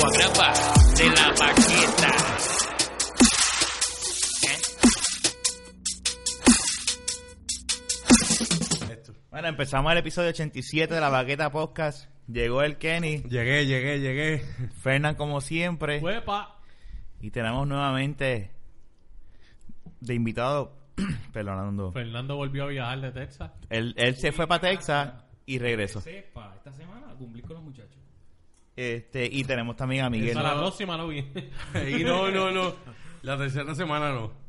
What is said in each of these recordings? tapa de la maqueta. Bueno, empezamos el episodio 87 de la Baqueta Podcast. Llegó el Kenny, Llegué, llegué, llegué. Fernan como siempre. Huepa. Y tenemos nuevamente de invitado, perdonando. Fernando volvió a viajar de Texas. Él, él se fue para Texas y regresó. Sepa, esta semana cumplí con los muchachos. Este, y tenemos también a Miguel. Para la próxima no vi. Y no, no, no. La tercera semana no.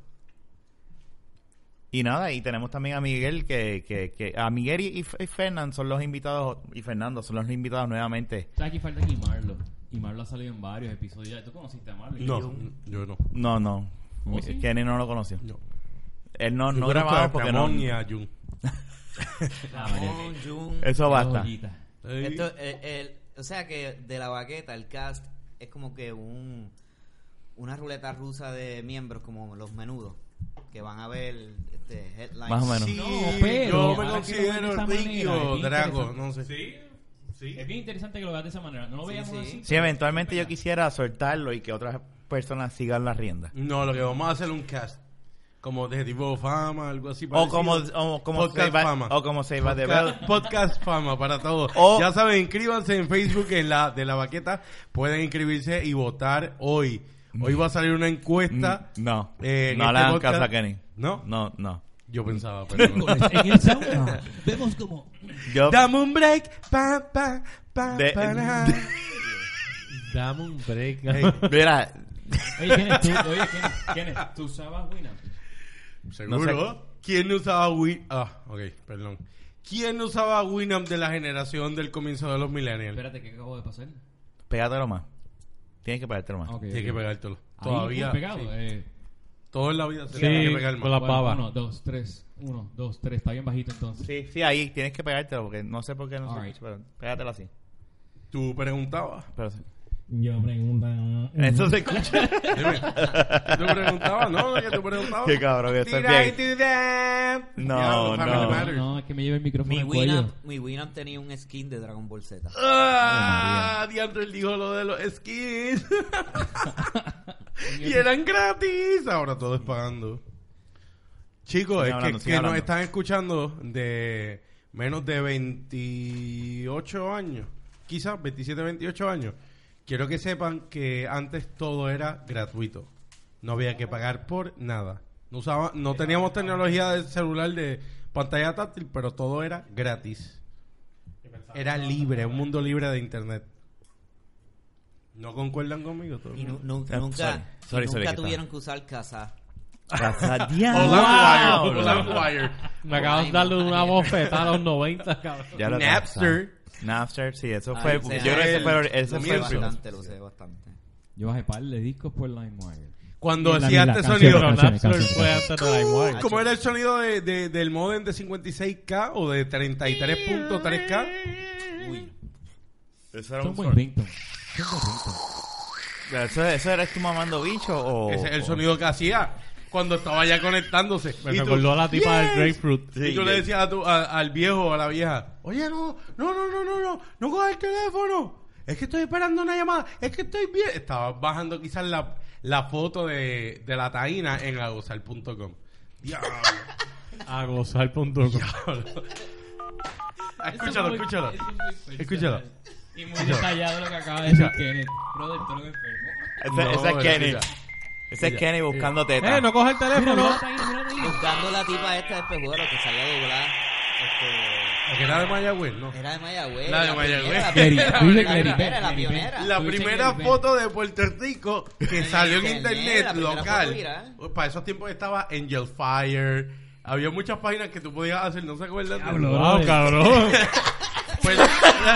Y nada, y tenemos también a Miguel, que, que, que a Miguel y, y Fernan son los invitados, y Fernando son los invitados nuevamente. O sea, aquí falta aquí Marlo. Y Marlo ha salido en varios episodios ya. ¿Tú conociste a Marlo? No, yo no. No, no. ¿Oh, sí? Kenny no lo conoció. No. Él no, no Yo conozco grababa a porque no. Ramón y a Jun. Ah, María, Ramón, Jun. Eso basta. joyita. Ey, Esto, el- el- o sea que de la baqueta, el cast es como que un una ruleta rusa de miembros, como los menudos, que van a ver este, headlines. Más o menos. sí, No, pero yo me ahora que lo ven de considero esa manera, rico, es Drago, interesante. no sé. Sí, sí. Es bien interesante que lo veas de esa manera. No lo Sí, veíamos sí. así. Si eventualmente yo quisiera soltarlo y que otras personas sigan la rienda. No, lo que vamos a hacer es un cast. Como de tipo fama, algo así. O parecido. como, o como Podcast Save by- Fama. o como Save by the Bell. Podcast, podcast fama para todos. O- ya saben, inscríbanse en Facebook en la de la baqueta. Pueden inscribirse y votar hoy. Hoy va a salir una encuesta. Mm, No, eh, en no le este hagan podcast. caso a Kenny. ¿No? No, no. Yo pensaba, pero no. En el sauna Ah. vemos como Yo, Dame un break. Pa, pa, pa, De- pa, na. de- Dame un break. Ey, mira, Oye, ¿quién es tú? Oye, ¿quién es? ¿Quién es? ¿Tú usabas Winamp? ¿Seguro? No sé. ¿Quién no usaba Win... Ah, ok, perdón. ¿Quién no usaba Winamp de la generación del comienzo de los millennials? Espérate, ¿qué acabo de pasar? pégatelo más. Tienes que pegártelo más. Ah, ok, Tienes ok. que pegártelo. Ahí, Todavía. bien pegado. sí. Eh, Todo en la vida se Sí, tiene que pegar más. con la bueno, pava. Uno, dos, tres. Uno, dos, tres. Está bien bajito entonces. Sí, sí, ahí tienes que pegártelo porque no sé por qué no se Alright. escucha, pero pégatelo así. Tú preguntabas. Pero sí. Yo pregunto. Eso se escucha. Dime. ¿Tú preguntabas? No, que tú preguntabas. Qué cabrón que estás Tira y bien. tira. No, Diablo, Family no. Matters. No, es que me lleve el micrófono Mi al cuello. Winamp, mi Winamp tenía un skin de Dragon Ball Z. Ah, diantre, él dijo lo de los skins. y eran gratis. Ahora todo es pagando. Chicos, Sigue es hablando, que, sigue que hablando. nos están escuchando de menos de 28 años. Quizás 27, 28 años. Quiero que sepan que antes todo era gratuito. No había que pagar por nada. No, usaba, no teníamos tecnología de celular de pantalla táctil, pero todo era gratis. Era libre, un mundo libre de internet. ¿No concuerdan conmigo? todo el Y nu- mundo? nu- Ah, nunca, sorry, sorry, nunca sorry, que tuvieron que usar casa. Gracias O Wow. LimeWire, o LimeWire. Me acabas de darle una bofetada a los 90, cabrón. Ya lo Napster. cansamos. Napster, sí, eso Ay, fue. o sea, yo creo que el ese fue ese Lo fue usé el principio. bastante, lo usé bastante. Yo bajé par de discos por LimeWire. Cuando Y la- hacía y la este canción, sonido. Pero canciones, Napster canciones. fue antes de LimeWire. ¿Cómo era el sonido de, de- del modem de 56K o de 33.3K? Uy, Eso era Son un buen sonido. ringtone. Son buen ringtone. ¿Eso, eso eres tú mamando bicho o.? Ese es el o- sonido que hacía cuando estaba ya conectándose. Oh, Me Y tú, recordó a la tipa del "Yes". Grapefruit. y tú le decías a tu- a- al viejo o a la vieja, oye, no, no, no, no, no, no, no cojas el teléfono. Es que estoy esperando una llamada. Es que estoy bien. Estaba bajando quizás la, la foto de, de la taína en agosal.com. Diablo. A gozar.com. escúchalo, escúchalo. Escúchalo. Y muy detallado lo que acaba de decir Kenneth. Brother, tú lo que enfermo. Ese, No, ese es pero Kenny. mira. Ese es Kenny buscando teta. ¡Eh, no coge el Mira, teléfono! mira, ahí, mira, ahí. buscando la tipa esta de espejuelo que salía a doblar. Este, La que era de Mayagüez, ¿no? era de Mayagüez. La de primera, Mayagüez. la Clary, primera, tú dices la Clary, primera, la Clary, pionera. La Tú dices primera que- foto de Puerto Rico que En salió en internet, la internet primera local. Pues, foto viral. Para esos tiempos estaba Angel Fire. Había muchas páginas que tú podías hacer, no se acuerdan. de- Diablo. ¡Wow, cabrón! Pues la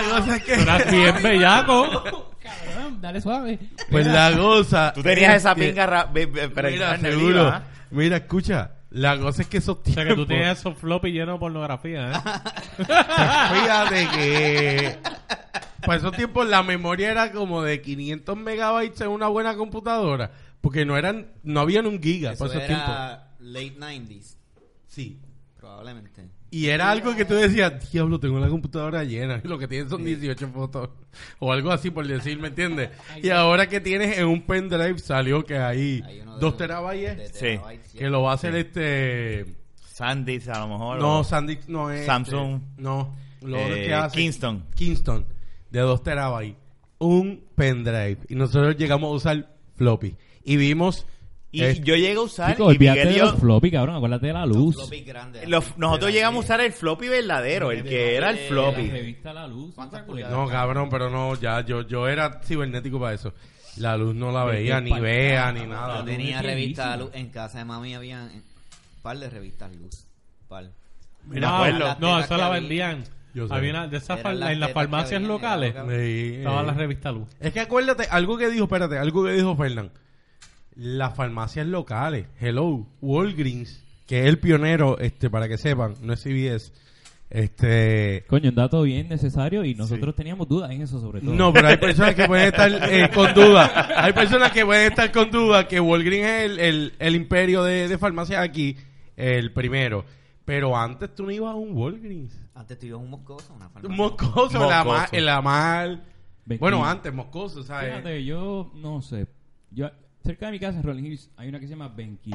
cosa es que. ¡Estás bien bellaco! Cabrón, dale suave. Pues la cosa. Tú tenías es esa que- pinga. ra- be- be- pero Mira, carne seguro. viva, ¿eh? Mira, escucha. La cosa es que esos O sea que tú tiempos- tienes esos floppy llenos de pornografía, ¿eh? Fíjate que para esos tiempos la memoria era como de 500 megabytes en una buena computadora, porque no eran no habían un giga Eso para esos tiempos. era late 90s. Sí. probablemente. Y era algo que tú decías, diablo, tengo la computadora llena. y Lo que tienes son 18 fotos. O algo así por decir, ¿me entiendes? Y ahora que tienes en un pendrive salió que hay Hay uno de dos los- terabytes. de Sí. terabytes, Que lo va a hacer este... Sandisk a lo mejor. No, o- Sandisk no es... Samsung. este, no. Lo Eh, otro que hace... Kingston. Kingston. De 2 terabytes. Un pendrive. Y nosotros llegamos a usar floppy. Y vimos... Y eh, yo llegué a usar. Chico, y olvídate Miguel de dio- los floppy, cabrón. Acuérdate de la luz. Floppy grande. los- nosotros llegamos a usar el floppy verdadero, el que era el La floppy. revista La Luz. ¿Cuántas ¿no? pulgadas? No, cabrón, pero no, ya yo, yo era cibernético para eso. La luz no la veía, ni vea, ni Yo nada. tenía es revista viejísima. Luz. En casa de mami había un par de revistas Luz. Par. Me acuerdo. No, Las tetas esa que la había. vendían. Yo sé. Había una, de esas Eran fal- las en las tetas que farmacias habían en la locales época. Sí, estaba eh. la revista Luz. Es que acuérdate, algo que dijo, espérate, algo que dijo Fernán. Las farmacias locales, hello, Walgreens, que es el pionero, este, para que sepan, no es CBS. Este, Coño, un dato bien necesario y nosotros teníamos dudas en eso sobre todo. No, pero hay personas que pueden estar eh, con duda. Hay personas que pueden estar con duda que Walgreens es el, el- el imperio de, de farmacias aquí, el primero. Pero antes tú no ibas a un Walgreens. Antes tú ibas a un moscoso, una farmacia. Un moscoso, La, ma- Moscoso. la mal. Ve- Bueno, y- antes, moscoso, ¿sabes? Fíjate, yo no sé. Yo, cerca de mi casa en Rolling Hills hay una que se llama Ben Kill.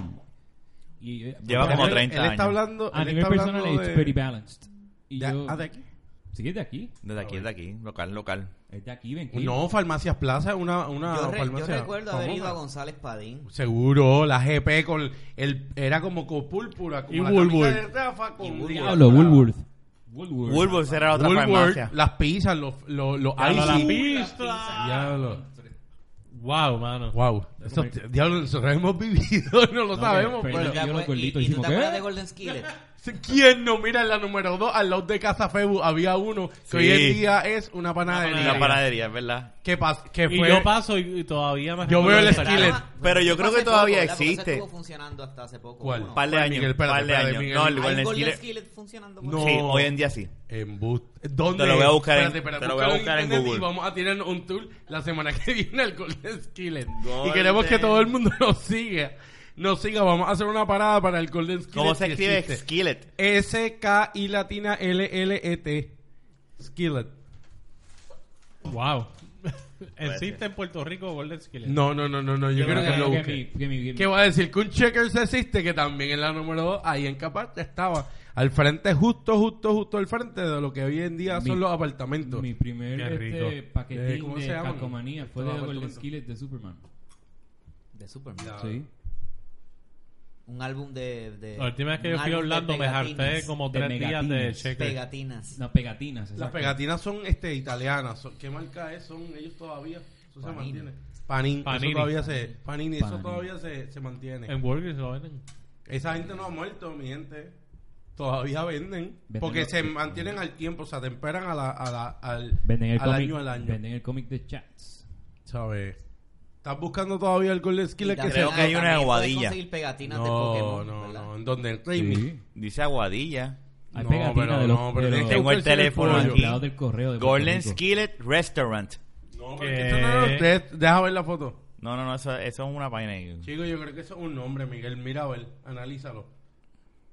Y, eh, Lleva porque como a- Él- 30 Él está años. hablando. A él nivel está personal hablando es de- pretty balanced. Y de- yo, ah, de aquí. Sí, es de aquí. Desde aquí, desde aquí, local, local. Es de aquí, Ben Kill. No, Farmacias Plaza es una, una yo, re- yo farmacia. recuerdo haber famosa. ido a González Padín. Seguro, la GP con el era como con púrpura, como Y la Woolworth. camisa de Rafa con Y Woolworth. Diablo, Woolworth. Woolworth. Woolworth era la otra Woolworth, farmacia. las pizzas, los, los, los Diablo, la icing. pista. Diablo. Wow, mano. Wow. Eso, diablo, nosotros hemos vivido, no lo No, sabemos. pero- Pero, yo Ya lo fue- gordito, y- y tú hicimos, te acuerdas ¿qué? de Golden Skillet. ¿Quién no? Mira, en la número 2, al lado de Casa Febu, había uno que Sí. hoy en día es una panadería. La panadería, es verdad. Que, pas- que Y fue... yo paso y, y todavía me Yo veo el recuerdo skillet. Ah, Pero yo eso creo fue que hace todavía ¿verdad? Porque eso existe. estuvo funcionando hasta hace poco. ¿Cuál? Uno. Par de Juan años, Miguel, espérate, par de espérate, años. Miguel. No, ¿Hay el Golden Golden Skillet- Skillet funcionando? por No. ahí? Sí, hoy en día sí. Embuste. ¿Dónde? Te lo voy a buscar en- Espérate, espérate, te lo voy a búscalo buscar en internet Google. Y vamos a tirar un tour la semana que viene al Golden Skillet. Y Golden. queremos que todo el mundo nos siga. Nos siga. Vamos a hacer una parada para el Golden Skillet. ¿Cómo se que escribe existe. Skillet? S-K y latina L-L-E-T. Skillet. Wow. Existe en Puerto Rico Golden Skillet. No, no, no, no, no. Yo, creo que lo que busqué. mi- que mi- que mi- ¿Qué va a decir? Que un Checkers existe, que también en la número 2, ahí en Caparte estaba. Al frente, justo, justo, justo al frente de lo que hoy en día Mi- son los apartamentos. Mi primer Qué rico. este, paquetín Eh, ¿cómo de se llaman? calcomanía fue Los de Golden apartamentos. Skillet de Superman. De Superman. Ah. Sí. Un álbum de... de- La última vez que un yo fui a álbum de Orlando me pegatinas. harté como De tres días de pegatinas. checker. Pegatinas. Las pegatinas. Las exacto. pegatinas son este, italianas. Son- ¿Qué marca es? Son ellos todavía. Eso se Panini. mantiene. Panini. Panini. Eso todavía se, Panini, Eso Panini. Em- todavía se, se mantiene. En Walgreens lo venden. Esa gente no ha muerto, mi gente. Todavía venden. Venden porque los- se mantienen al tiempo, se atemperan a la, a la, al, Venden el al cómic. año al año. Venden el cómic de Chats. ¿Sabes? ¿Estás buscando todavía el Golden Skillet que Y se Creo también- que hay una también puedes aguadilla. conseguir pegatinas de No, Pokémon, no, ¿verdad? no. ¿En dónde? En Raimi. Sí. Dice Aguadilla. Hay No, pegatinas pero de los, no, pero este de tienes los- que Tengo el buscarse el teléfono de los pollo. aquí. empleados del correo. de Puerto Golden Rico. Skillet Restaurant. No, Eh. porque esto no era usted. Deja ver la foto. No, no, no, eso, eso es una página. ahí. Chico, yo creo que eso es un nombre, Miguel. Mira, a ver, analízalo.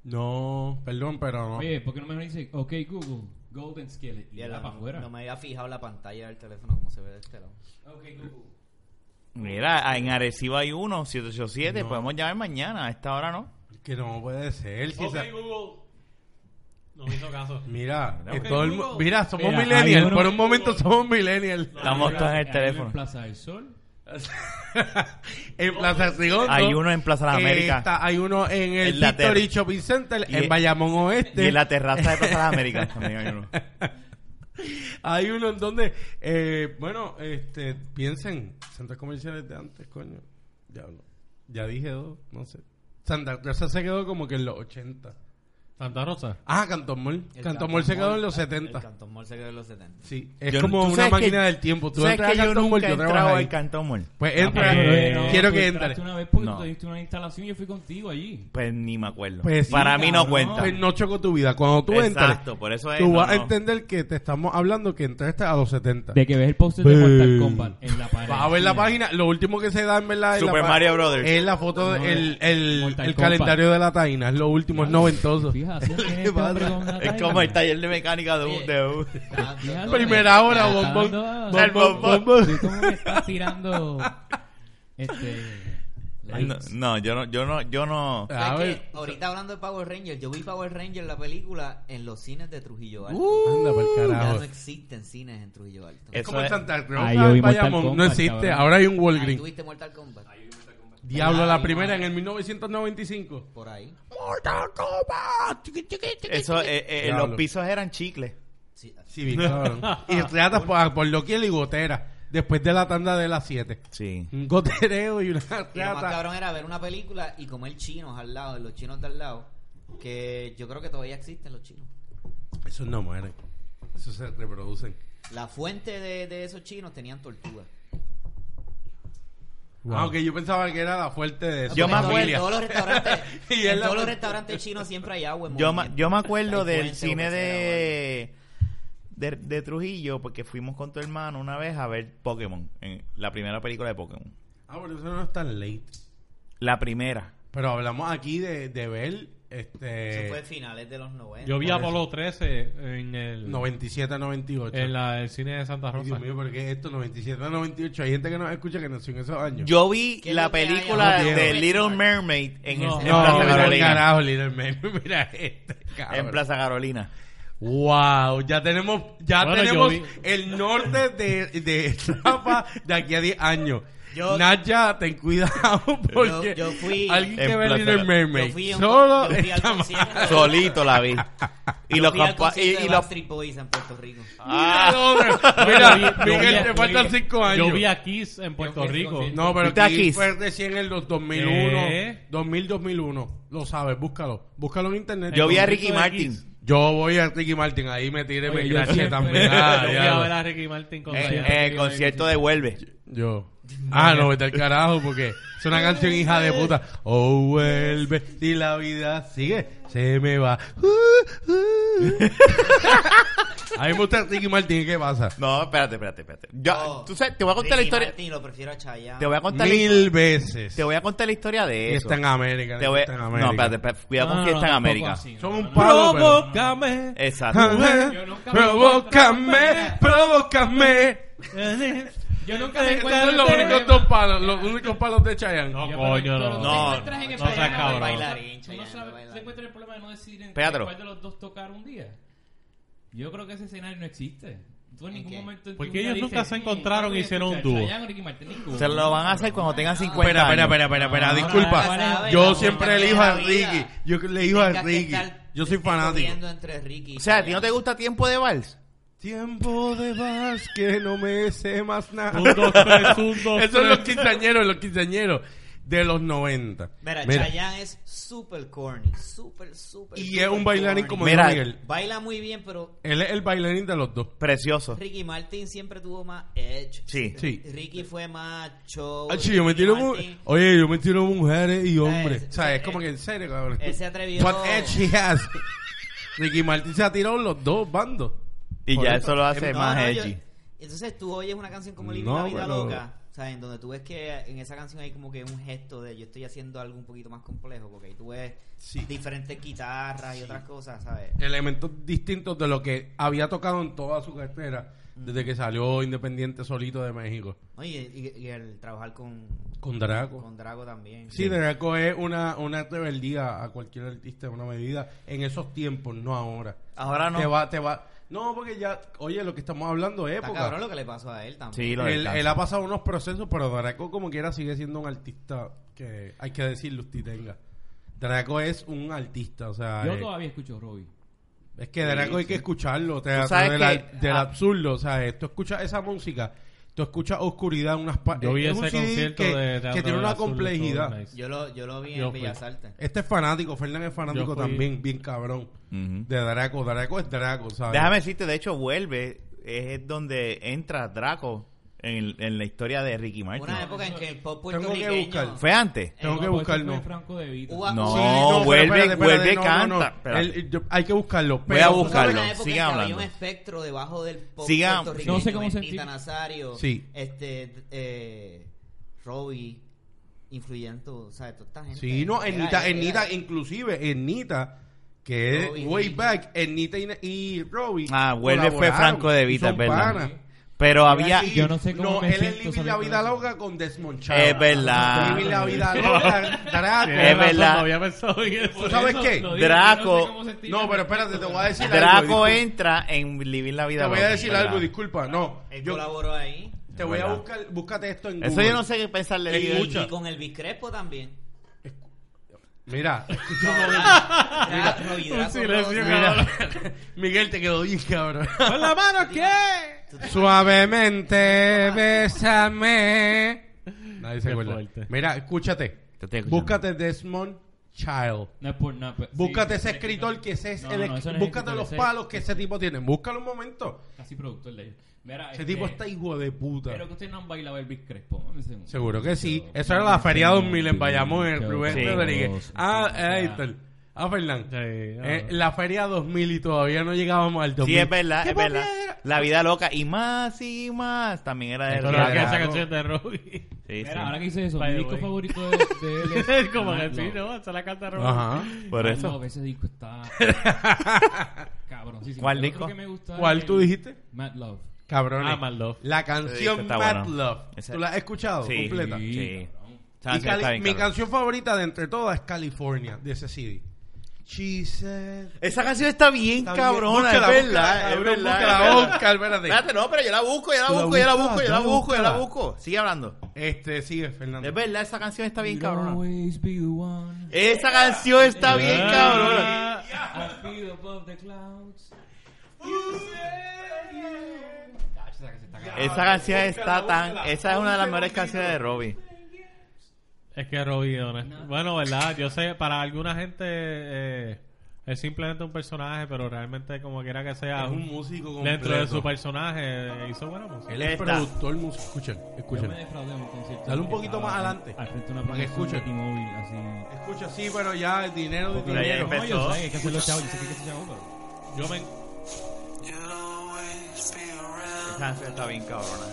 No, perdón, pero no. Oye, ¿por qué no me dice, ok Google, Golden Skillet? Y Ya ya no- para afuera. No me había fijado la pantalla del teléfono como se ve de este lado. Ok Google. Mira, en Arecibo hay uno, 787. No. Podemos llamar mañana. A esta hora no. Que no puede ser. si Ok, esa- Google. No me hizo caso. Mira, Mira, que ok, todo el Google. mu- mira, somos Mira, hay millennials. uno- Por un momento somos millennials. Estamos todos en el teléfono. En Plaza del Sol. en Plaza Rigondo. Hay uno en Plaza de las eh, Américas. está- hay uno en el En la ter- Victory Shopping Center, Y- en Bayamón Y Oeste. en la terraza de Plaza de las Américas también hay uno. Pues Hay uno en donde, eh, bueno, este, piensen, centros comerciales de antes, coño. Ya, hablo. ya dije dos, no sé. Santa Rosa se quedó como que en los 80. Santa Rosa. Ah, Cantón Mall. El Cantón Mall se quedó en los 70. El Cantón Mall se quedó en los 70. Sí, es Yo- como ¿tú una sabes máquina que- del tiempo. Tú sabes entras que a yo Cantón Mall, nunca he yo entrado trabajo ahí. al Cantón Mall. Pues Ah, entra, pero no, pues, quiero tú que entraste entre. una vez porque No. tú diste una instalación y yo fui contigo allí. Pues ni me acuerdo. Pues sí, Para mí no cabrón. cuenta. Pues no chocó tu vida. Cuando tú Exacto, entras, por eso es. tú no, vas a no. entender que te estamos hablando que entraste a los 70. De que ves el póster de Boo. Mortal Kombat en la pared. Vas a ver la página, lo último que se da en verdad es Super la pa- Eh, Mario Brothers. Es la foto, de- No, el, el, Mortal el Kombat. calendario de la taina, es lo último, es noventoso. relación tiene ¿Qué este hombre pasa? con una Es Tiger? como el taller de mecánica de un... De un- Ah, Fíjate, Primera me- hora, me está bombón, dando- bombón, El bombón. bombón. Sí, como que está tirando. Este. No, likes. no, yo no, yo no, yo no... ¿sabes A qué? ver. Ahorita hablando de Power Rangers, yo vi Power Rangers la película en los cines de Trujillo Alto. Anda pa'l ya Uh, carajo. Este no existen cines en Trujillo Alto. Es- Es como Eso el Santa Claus. Ah, yo vi en Mortal Bayamón. Kombat, no existe, cabrón. ahora hay un Ahí Walgreens. tuviste Mortal Kombat. Diablo, Ay, la primera en madre. el 1995. Por ahí. Mortal Kombat. Tiqui, tiqui, tiqui. Eso, eh, eh, Diablo. los pisos eran chicles. Sí, Sí, bien, cabrón. Y reatas por, por lo que y gotera. Después de la tanda de las 7. Sí. Un gotereo y una Y lo más reata. cabrón era ver una película y comer chinos al lado, los chinos de al lado, que yo creo que todavía existen los chinos. Esos no mueren. Esos se reproducen. La fuente de, de esos chinos tenían tortugas. Aunque yo pensaba que era la fuerte de su Yo me Porque acuerdo- en todos- En todos los restaurantes, Y en es la- todos los restaurantes chinos siempre hay agua. en Yo, ma- movimiento. yo me acuerdo Hay del fuente, cine lo que sea, de, de, de Trujillo porque fuimos con tu hermano una vez a ver Pokémon, en la primera película de Pokémon. Ah, pero eso no es tan late. La primera. Pero hablamos aquí de, de ver Eso fue este finales de los 90. Yo vi Por Apolo 13 en el, 97 98. en la, el cine de Santa Ay, Rosa. Dios mío, porque esto 97 98, hay gente que nos escucha que nació en esos años. Yo vi ¿Qué la lo que hay película ahora? de No, Little no. Mermaid en, el- No. en no, Plaza mira el Carolina. carajo, Little Man, mira este cabrón. En Plaza Carolina. Wow, ya tenemos ya Bueno, yo tenemos vi- el norte de de Rafa de aquí a 10 años. Yo- Nacha, ten cuidado porque yo fui- alguien que En ve Plaza- Little Mermaid Yo fui a un- solo yo fui al está mal. concierto. Solito la vi. Y los fui al compa- concierto y- y de los Backstreet Boys en Puerto Rico. Ah. Yo Mira, vi- yo vi Miguel, a- te yo faltan vi- 5 años. Yo vi a Kiss en Puerto Yo fui- Rico. yo No, pero ¿Viste a aquí Kiss? fue recién en el 2001, ¿Qué? 2000, 2001. Lo sabes, búscalo. Búscalo en internet. Yo vi a concierto Ricky de Martin. Kiss. Yo voy a Ricky Martin, ahí me tiré Oye, mi yo gracia siempre- también. Ah, Yo fui a diablo. ver a Ricky Martin con Eh, Zion. eh, el concierto de Vuelve. Yo. Ah, no, vete al carajo porque es una canción hija de puta. Oh, vuelve y la vida sigue, se me va. Uh, uh. a mí me gusta Ricky Martin, ¿qué pasa? No, espérate, espérate, espérate. Yo, Oh. tú sabes, te voy a contar la Ricky historia. Martin, lo prefiero a Chayanne. Te voy a contar la- Mil veces. te voy a contar la historia de Y eso. está en América. Te voy- está en No, América. Ah, espérate, espérate, cuidado con quién está en tampoco América. así, Son un palo, pero... Provócame. Ah, Exacto. Provócame, provócame. Yo nunca me encuentro. Son los en únicos tema. dos palos, los únicos palos de Chayanne. No, Yo coño, me- yo no. No, no seas no seas cabrón. Bailarín, Tú no Chayanne, sabes- bailarín. se encuentra el problema de no decidir en Pedro. cuál de los dos tocar un día. Yo creo que ese escenario no existe. Tú en ¿En ningún qué? momento. en tu Porque vida ellos nunca dices, se "Eh, encontraron voy a y hicieron un escuchar dúo". Chayanne o Ricky Martin, ninguno. Se lo van a hacer cuando tengan 50 Espera, espera, años. espera, espera, espera, No, disculpa. no, no, no, Yo no, siempre no, elijo no, a no, no, Ricky. no, Yo elijo a Tengas que Ricky. estar Yo soy fanático. escogiendo entre Ricky y O sea, ¿a ti no te Chayanne. gusta tiempo de vals? Tiempo de vals que no me sé más nada. Un, dos, tres, un, dos, Esos son los tres. quinceañeros, los quinceañeros de los 90. Mira, Mira, Chayanne pues, es super corny, super, super. y super es un bailarín corny. como Mira, dijo Miguel. Baila muy bien, pero Él es el bailarín de los dos. Precioso. Ricky Martin siempre tuvo más edge. Sí. Sí. Ricky fue más show. Ah, sí, yo me Ricky tiro mu- Oh, Martin, Oye, yo me tiro mujeres y hombres. Eh, o sea, es eh, como que en serio, cabrón. Él se atrevió. What edge he has? Ricky Martin se ha tirado en los dos bandos. Y Por ya eso lo hace No, más no, yo- edgy. Entonces tú oyes una canción como No, Living la Vida pero- Loca, ¿sabes? Donde tú ves que en esa canción hay como que un gesto de yo estoy haciendo algo un poquito más complejo, porque ahí tú ves Sí. diferentes guitarras y otras cosas, ¿sabes? elementos distintos de lo que había tocado en toda su carrera desde que salió Independiente solito de México Oye, y, y el trabajar con, con Draco. con Drago también. Sí, Draco es una, una rebeldía a cualquier artista, una medida en esos tiempos, no ahora. Ahora Ah, no. Te va, te va. No, porque ya, oye, lo que estamos hablando es Está época. cabrón lo que le pasó a él también. Sí, lo él, descansa. él ha pasado unos procesos, pero Draco como quiera sigue siendo un artista que hay que decirlo, usted tenga. Draco es un artista, o sea, Yo eh, todavía escucho Robbie. Es que Draco hay que escucharlo, o Tú sea, sabes del, que- al- del ah. absurdo, o sea, eh, tú escuchas esa música, tú escuchas oscuridad, unas pa- Yo vi es un ese CD concierto que, de Teatro que tiene del una Azul, complejidad. estuvo nice. Yo lo, yo lo vi Yo en fui. Bellas Artes. Este es fanático, Fernan es fanático Yo fui- también, bien cabrón. Ujú. De Draco, Draco es Draco, ¿sabes? Déjame decirte, de hecho, Vuelve es donde entra Draco en, en la historia de Ricky Martin. Una época en que el pop Tengo que puertorriqueño... buscar. ¿Fue antes? Tengo No, que pues, buscarlo. eso fue Franco De Vita. Hubo- No, Sí, pero vuelve, espérate, espérate, vuelve, no, no, no, canta. no. Espérate. El- yo- hay que buscarlo. Voy a pero- buscar. buscarlo, Hubo una época sigue en que hablando. Había un espectro debajo del pop Siga- puertorriqueño. No sé cómo Bendita sentir. Nazario, Sí. este, eh, Robbie, influyendo, o sea, toda esta gente. Sí, no, Era, Ernita, era, Ernita, era. inclusive, Ernita que Robbie es way y- back, Ernita y, y Robbie. Ah, vuelve fue colaboraron Franco de Vita, y es son verdad. panas. Pero había... Yo no sé cómo No, me él es siento Living la sabiendo vida eso. loca con Desmond Child. Es verdad. Living la vida loca, Draco. Tienes razón, verdad. No había pensado en eso. ¿Tú sabes qué? Lo digo, Draco- yo no sé cómo sentirme. No, pero espérate, te voy a decir algo. Draco disculpa. entra en Living la Vida Te voy a Loca, decir ¿verdad? algo, disculpa. No, Él yo colaboró ahí. te voy a ¿Verdad? buscar, búscate esto en Google. Eso yo no sé qué pensarle de Es él. mucho. Y con el Biscrepo también. Mira, Era Un Rovidraco silencio, Rosa. cabrón. Miguel te quedó bien cabrón. ¿Con la mano qué? Suavemente, bésame. Nadie se Qué acuerda. fuerte. Mira, escúchate. Te estoy escuchando. Búscate Desmond Child. No es por nada. pero- sí, Búscate ese sí, escritor que ese es No, el no, eso no es Búscate escritor, los ese- palos que ese tipo tiene. Búscalo un momento. Casi productor de ellos. Mira, Ese este, tipo está hijo de puta. Pero que ustedes no han bailado el Big Crespo. mami, ese- Seguro que sí. Yo- Eso era la Feria 2000 en Bayamón, en el Yo- Rubén Sí. Rodríguez. Ah, Sí, ahí o sea, está. Ah, Fernán. Sí, Eh, ah. la Feria 2000 y todavía no llegábamos al 2000. Sí, es verdad, ¿Qué es verdad. papi era? La vida loca y más y más también era de Pero Claro. que Draco. esa canción de Robbie. Sí, Mira, sí. ahora que hice eso, By mi the disco way. favorito de, de él es... Es como que Mad sí, Love. ¿no? Esa es la canta Robbie. Ajá. Por Mad eso. Love, ese disco está... Cabrón, sí, sí. ¿Cuál El otro disco? que me gusta ¿Cuál es tú el- dijiste? Mad Love. Cabrón. Ah, Mad Love. La Sí, canción está Mad bueno. Love. Esa- ¿Tú la has escuchado Sí. completa? Sí. Sí. Y Chance, está Cali- bien, mi cabrón. canción favorita de entre todas es California, de ese CD. She said- Esa canción está bien Está bien. cabrona, Búscala, es búscala, verdad, es cabrón, verdad, búscala, es verdad. Oscar, espérate. Espérate, no, pero yo la busco, yo la Tú la busco, yo la buscas, busco, yo tú la la busco, yo la buscas. busco. Sigue hablando. Este, sigue, Fernando. Es verdad, esa canción está bien cabrona. Always be the one. Esa canción está bien Ah. cabrona. I feel above the clouds. Esa canción está tan, esa es una de las mejores canciones de Robbie. Es que Robbie, honesto. Bueno, verdad, yo sé, para alguna gente eh, es simplemente un personaje, pero realmente como quiera que sea Es un músico completo. dentro de su personaje eh, hizo buena música. Él es Esta. productor músico. Escuchen, Yo me escuchen. defraudé en un concierto. Dale un poquito más adelante. Al frente de una Para que promoción de escuchen. T-Mobile, así... Escucha, sí, pero ya el dinero, el Pero ahí dinero. no, empezó. yo sé, hay que hacer los chavos, yo sé que hay que hacer chavos, pero- Yo me... Esa canción está bien cabrona.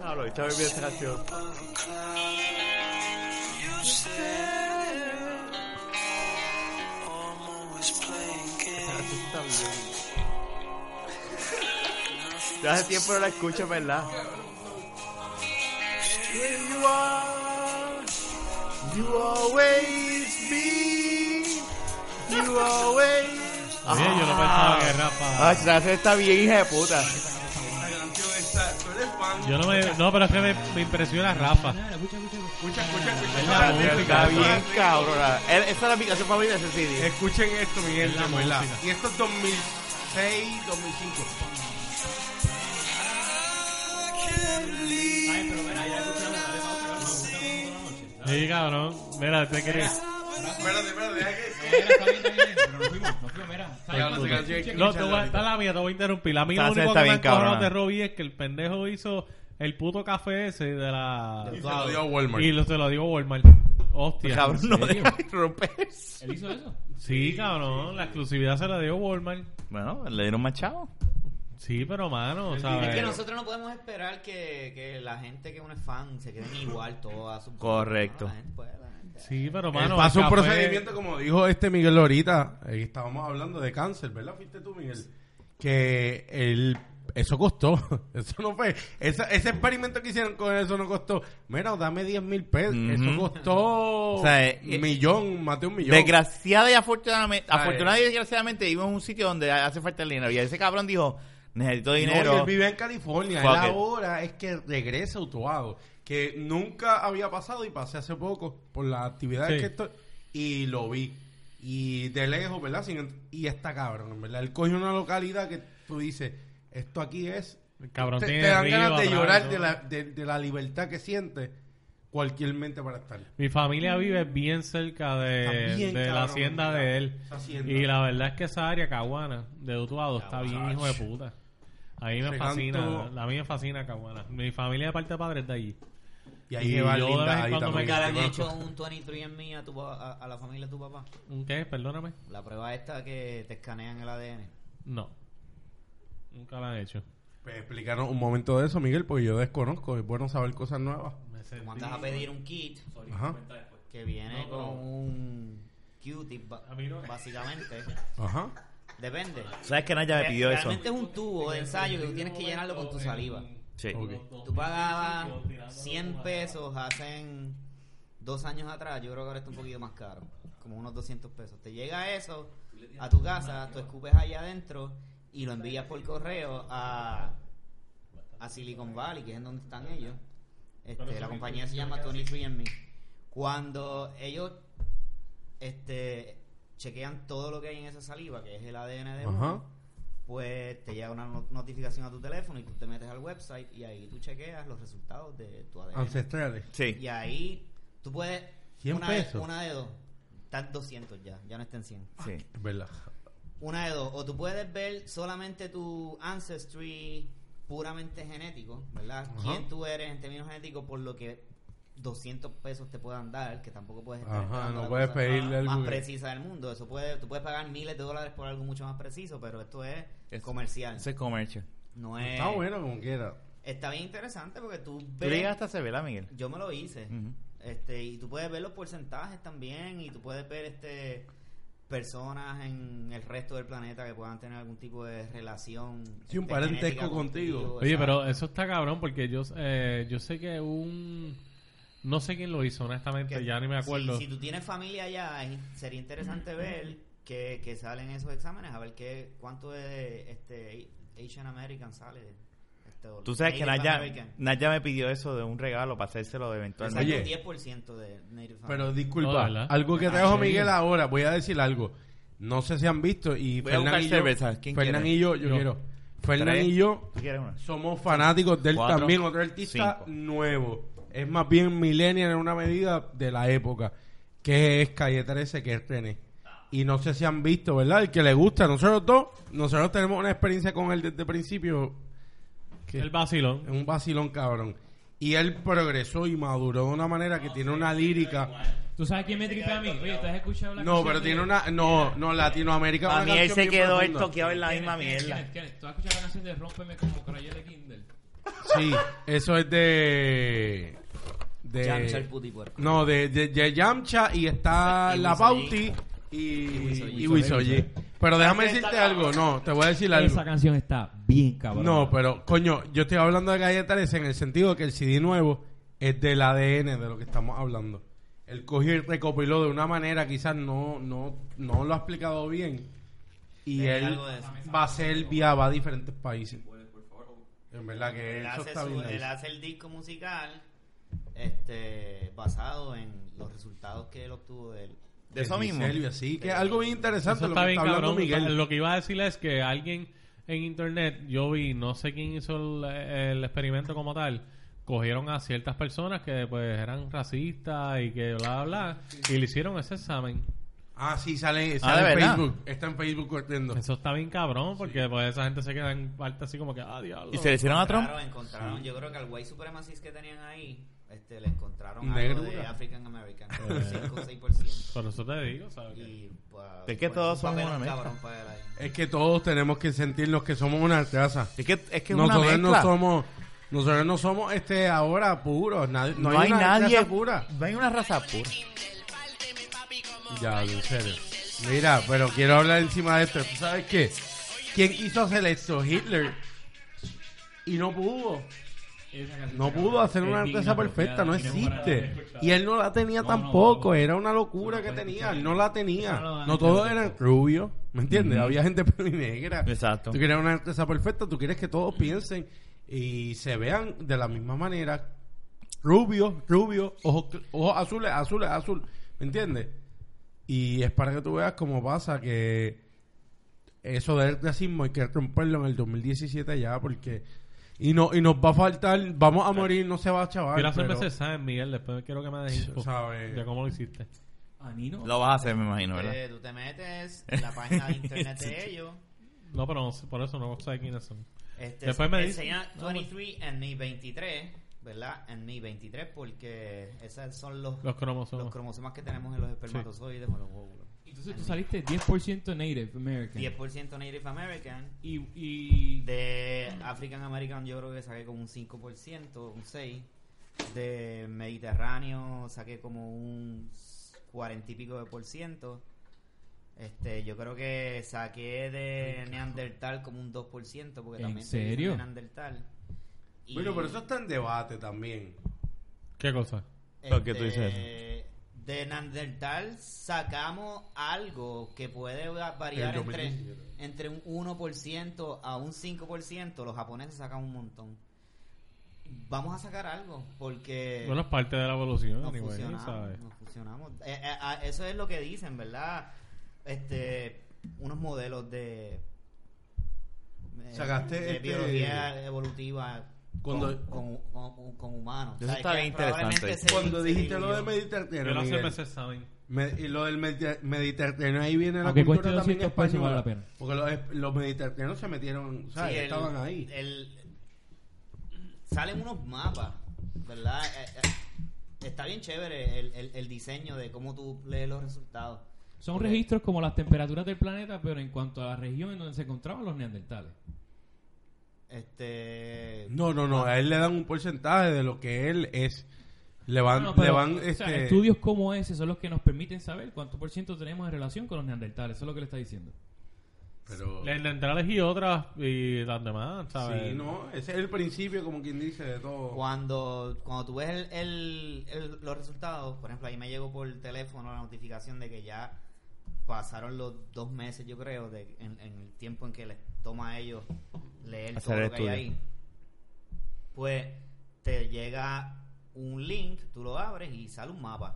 Claro, está Ah, bien esa canción. Esa canción está bien. Ya hace tiempo no la escucho, ¿verdad? Here you are, you always be, you always. Oye, yo no pensaba que Rafa... Ah, esa canción está bien, hija de puta. Yo no me... No, pero es que me, me impresiona Rafa. Escucha, escucha, escucha. La Espérate, música está espérate. bien cabrona. Eh, Esa es la aplicación favorita de ese CD. Escuchen esto, Miguel, la de verdad. música. Y esto es 2006, 2005. Sí, cabrón. Mira, te querés. Espérate, espérate, deja que- Mira, está bien, está bien, pero nos fuimos, nos fuimos, mira. Ya, no, esa canción hay que No, te voy escucharla a... Está la mía, te voy a interrumpir. La Esa mía lo canción único está que me ha bien cabrona. encojonado de Robbie es que el pendejo hizo el puto café ese de la... Y se lo dio a Walmart. Y lo, se lo dio Walmart. Hostia. Cabrón, no serio? deja de romper. Él hizo eso. Sí, cabrón. La exclusividad se la dio Walmart. Bueno, le dieron más chavo. Sí, pero mano, ¿sabes? Es que nosotros no podemos esperar que, que la gente que uno es fan se queden igual todas sus Correcto. No, la gente, pues, la gente- Sí, pero Él mano. pasó el un café- procedimiento, como dijo este Miguel ahorita, eh, estábamos hablando de cáncer, ¿verdad? Fuiste tú, Miguel. Que el, eso costó. Eso no fue. esa- ese experimento que hicieron con eso no costó. Mira, dame 10 mil pesos. Ujú. Eso costó O sea, eh, un millón, más de un millón. Desgraciada y afortunadamente, Ay. afortunada y desgraciadamente, vivimos en un sitio donde hace falta el dinero. Y ese cabrón dijo, necesito No, y dinero. él vive en California. Él Fuck it. ahora es que regresa a Utuado. Que nunca había pasado y pasé hace poco por las actividades Sí. que estoy. Y lo vi. Y de lejos, ¿verdad? Sin- y está cabrón, en ¿verdad? Él coge una localidad que tú dices, esto aquí es. El cabrón te, tiene te dan río ganas de atrás, llorar ¿no? de la, de, de la libertad que siente cualquier mente para estar. Mi familia vive bien cerca de, Está bien, de la cabrón, hacienda ¿verdad? de él. Esa hacienda. Y la verdad es que esa área caguana de Utuado está bien, hijo de puta. A mí me Ese fascina, canto- la mí me fascina Caguana. Mi familia de parte de padres de allí. Y ahí Y lleva yo de vez en linda ahí cuando me también. Mira, Nunca le te han conozco. hecho un 23 en mí a, tu, pa- a, a la familia de tu papá. ¿Un ¿Qué? Perdóname. La prueba esta que te escanean el ADN. No. Nunca la han hecho. Pues, explícanos un momento de eso, Miguel, porque yo desconozco. Es bueno saber cosas nuevas. Tú mandas a pedir un kit Ajá. que viene No, con no. un Q-tip, ba- A mí no. básicamente. Ajá. Depende. ¿Sabes que Naya me pidió eso? Realmente Este es un tubo de ensayo que tú tienes que llenarlo con tu saliva. Sí. Ok. Tú pagabas 100 pesos hace dos años atrás, yo creo que ahora está un poquito más caro, como unos 200 pesos. Te llega eso a tu casa, tú escupes ahí adentro y lo envías por correo a, a Silicon Valley, que es en donde están ellos. Este, la compañía se llama Tony Free and Me. Cuando ellos este, chequean todo lo que hay en esa saliva, que es el ADN de uno, Ajá. pues te llega una no- notificación a tu teléfono y tú te metes al website y ahí tú chequeas los resultados de tu Ah, Pues, ADN. Ancestrales. Sí. Y ahí tú puedes... 100 una, de- pesos. una de dos. Están 200 ya, ya no está en 100. Sí. Es verdad. Una de dos. O tú puedes ver solamente tu ancestry puramente genético, ¿verdad? Ajá. Quién tú eres en términos genéticos por lo que 200 pesos te puedan dar, que tampoco puedes estar Ajá, esperando no la puedes cosa pedirle más algo que- precisa del mundo. Eso puede, tú puedes pagar miles de dólares por algo mucho más preciso, pero esto es, Es- comercial. Ese es comercio. No Eh, es. Está bueno como quiera. Está bien interesante porque tú Tú le ves. llegaste a Sevela, Miguel. Yo me lo hice. Mm. Ujú. Este, y tú puedes ver los porcentajes también y tú puedes ver este personas en el resto del planeta que puedan tener algún tipo de relación. Sí, un este, parentesco genética contigo. Oye, exacto. pero eso está cabrón porque yo, eh, yo sé que un... No sé quién lo hizo, honestamente, Que- este, ya ni me acuerdo. Si, si tú tienes familia allá, es- sería Mm. interesante ver que, que salen esos exámenes, a ver qué cuánto de este Asian American sale. este, o Tú sabes que Native Naya, American. Naya me pidió eso de un regalo para hacérselo Le eventualmente. sale Oye. un 10% de Native Pero American. disculpa, No, ¿verdad? algo Ah, que trajo Miguel ahora, voy a decir algo. No sé si han visto y Voy a Fernán buscar y yo, cerveza. ¿Quién Fernán quiere? y yo, yo, Yo. quiero. Fernán Tres. y yo ¿Tú quieres una? somos fanáticos de él Cuatro. también, otro artista Cinco. nuevo. Es más bien millennial en una medida de la época, que es Calle 13, que es René. Y no sé si han visto, ¿verdad? El que le gusta, nosotros dos, nosotros tenemos una experiencia con él desde el principio. que- El vacilón. es un vacilón cabrón. Y él progresó y maduró de una manera que tiene una lírica. ¿Tú sabes quién me tripa a mí? Oye, ¿te has escuchado la No, canción pero de- tiene una. No, no, Latinoamérica. A una mí él canción se bien quedó el profunda. toqueado en la misma Kenneth, mierda. Kenneth, Kenneth, ¿tú has escuchado la canción de Rómpeme como Crayola de Kindle? Sí, eso es de. De. Yamcha, el putipuerco. No, de, de, de Yamcha y está Y La Wisoyi. Pauti y. Wisoyi. Y Wisoyi. Pero déjame decirte algo. No, te voy a decir algo. Esa canción está bien cabrón. No, pero coño, yo estoy hablando de Calle 13 en el sentido que el CD nuevo es del ADN de lo que estamos hablando. Él cogió y recopiló de una manera, quizás no, no, no lo ha explicado bien. Y Sí, él algo de eso. va a Serbia, va a diferentes países. En verdad que él eso hace, está su- bien. él nice. hace el disco musical este basado en los resultados que él obtuvo de él. De eso Sí, mismo. Serbia, sí, que es algo bien interesante Eso lo está que bien está hablando cabrón. Miguel. Lo que iba a decirle es que alguien en internet, yo vi, no sé quién hizo el, el experimento como tal, cogieron a ciertas personas que pues eran racistas y que bla, bla, bla, y le hicieron ese examen. Ah, sí, sale, Ah, sale ¿de en verdad? Facebook. Está en Facebook corriendo. Eso está bien cabrón porque pues esa gente se queda en parte así como que, ah, diablo. ¿Y se le hicieron a Trump? Claro, encontraron, yo creo que al white supremacist que tenían ahí, este, le encontraron algo Negrura. de African American, un 5 o 6%. Por eso te digo, ¿sabes? Y, pues, Es que pues, todos un son papelón una mezcla. cabrón para él ahí. Es que todos tenemos que sentirnos que somos una raza. Es que es, que es una nosotros mezcla. no somos nosotros no somos este ahora puros nadie- No, hay, una nadie raza pura No hay una raza pura. ya en serio mira pero quiero hablar encima de esto ¿Tú sabes qué quién quiso hacer esto Hitler y no pudo Esa canción no está pudo cabrón. hacer una Es raza digna, perfecta no apropiada, existe inenarrable, y él no la tenía No, no, tampoco no. era una locura No que puede tenía escuchar. no la tenía No lo van a no todos entender. eran rubios ¿me entiendes? había gente negra Exacto. Tú quieres una empresa perfecta, tú quieres que todos piensen y se vean de la misma manera. Rubio, rubio, ojos, cl- ojos azules, azules, azul. ¿Me entiendes? Y es para que tú veas cómo pasa que eso del racismo hay que romperlo en el 2017 ya porque... Y, no, y nos va a faltar, vamos a morir, no se va a chaval. Quiero hacerme pero- ese examen, Miguel, después quiero que me des info Sabe. de cómo lo hiciste. A mí no. Lo vas a hacer, me imagino, ¿verdad? Eh, tú te metes en la página de internet de ellos. No, pero no sé, por eso no sé quiénes son. Este, Después me dice- enseña 23 and me 23, ¿verdad? And me 23 porque esos son los, Los cromosomas. los cromosomas que tenemos en los espermatozoides o los óvulos. Entonces tú saliste 10% Native American. 10% Native American. Y, y De African American yo creo que saqué como un 5%, un 6%. de Mediterráneo saqué como un cuarenta y pico de por ciento. Este, yo creo que saqué de Neandertal como un 2%, porque ¿En también se hizo serio? Neandertal. Y, Bueno, pero eso está en debate también. ¿Qué cosa? ¿Por qué tú este, dices De Neandertal sacamos algo que puede va- variar El entre, 2017. entre un 1% a un 5%. Los japoneses sacan un montón. Vamos a sacar algo, Eh, porque Bueno, es parte de la evolución, nos anyway, fusionamos, ¿sabes? nos fusionamos. Eh, eh, ah, eso es lo que dicen, ¿verdad? Este, unos modelos de eh, Sacaste de este- biología evolutiva Cuando- con, con- con- con humanos. Eso O sea, está que bien interesante. probablemente se- Cuando se dijiste lo dividió. de Yo no Mediterráneo, hacerme Miguel, ese examen. me- y lo del mediter- Mediterráneo, ahí viene la Aunque cultura cueste también 200 pesos, española. vale la pena. Porque los, es- los mediterráneos se metieron, ¿sabes? Sí, el- Estaban ahí. el- salen unos mapas, ¿verdad? Eh, eh, está bien chévere el, el- el diseño de cómo tú lees los resultados. Son Porque- registros como las temperaturas del planeta, pero en cuanto a la región en donde se encontraban los neandertales. Este. No, no, no. A él le dan un porcentaje de lo que él es. Le van, No, pero, le van, o sea, este, estudios como ese son los que nos permiten saber cuánto por ciento tenemos en relación con los neandertales. Eso es lo que le está diciendo. pero- Las entradas y otras y las demás, ¿sabes? sí, no. Ese es el principio, como quien dice, de todo. Cuando, cuando tú ves el- el- el- los resultados, por ejemplo, ahí me llegó por teléfono la notificación de que ya pasaron los dos meses, yo creo, de, en, en el tiempo en que les toma a ellos leer Hacer todo el lo que hay estudio. ahí. Pues te llega un link, tú lo abres y sale un mapa.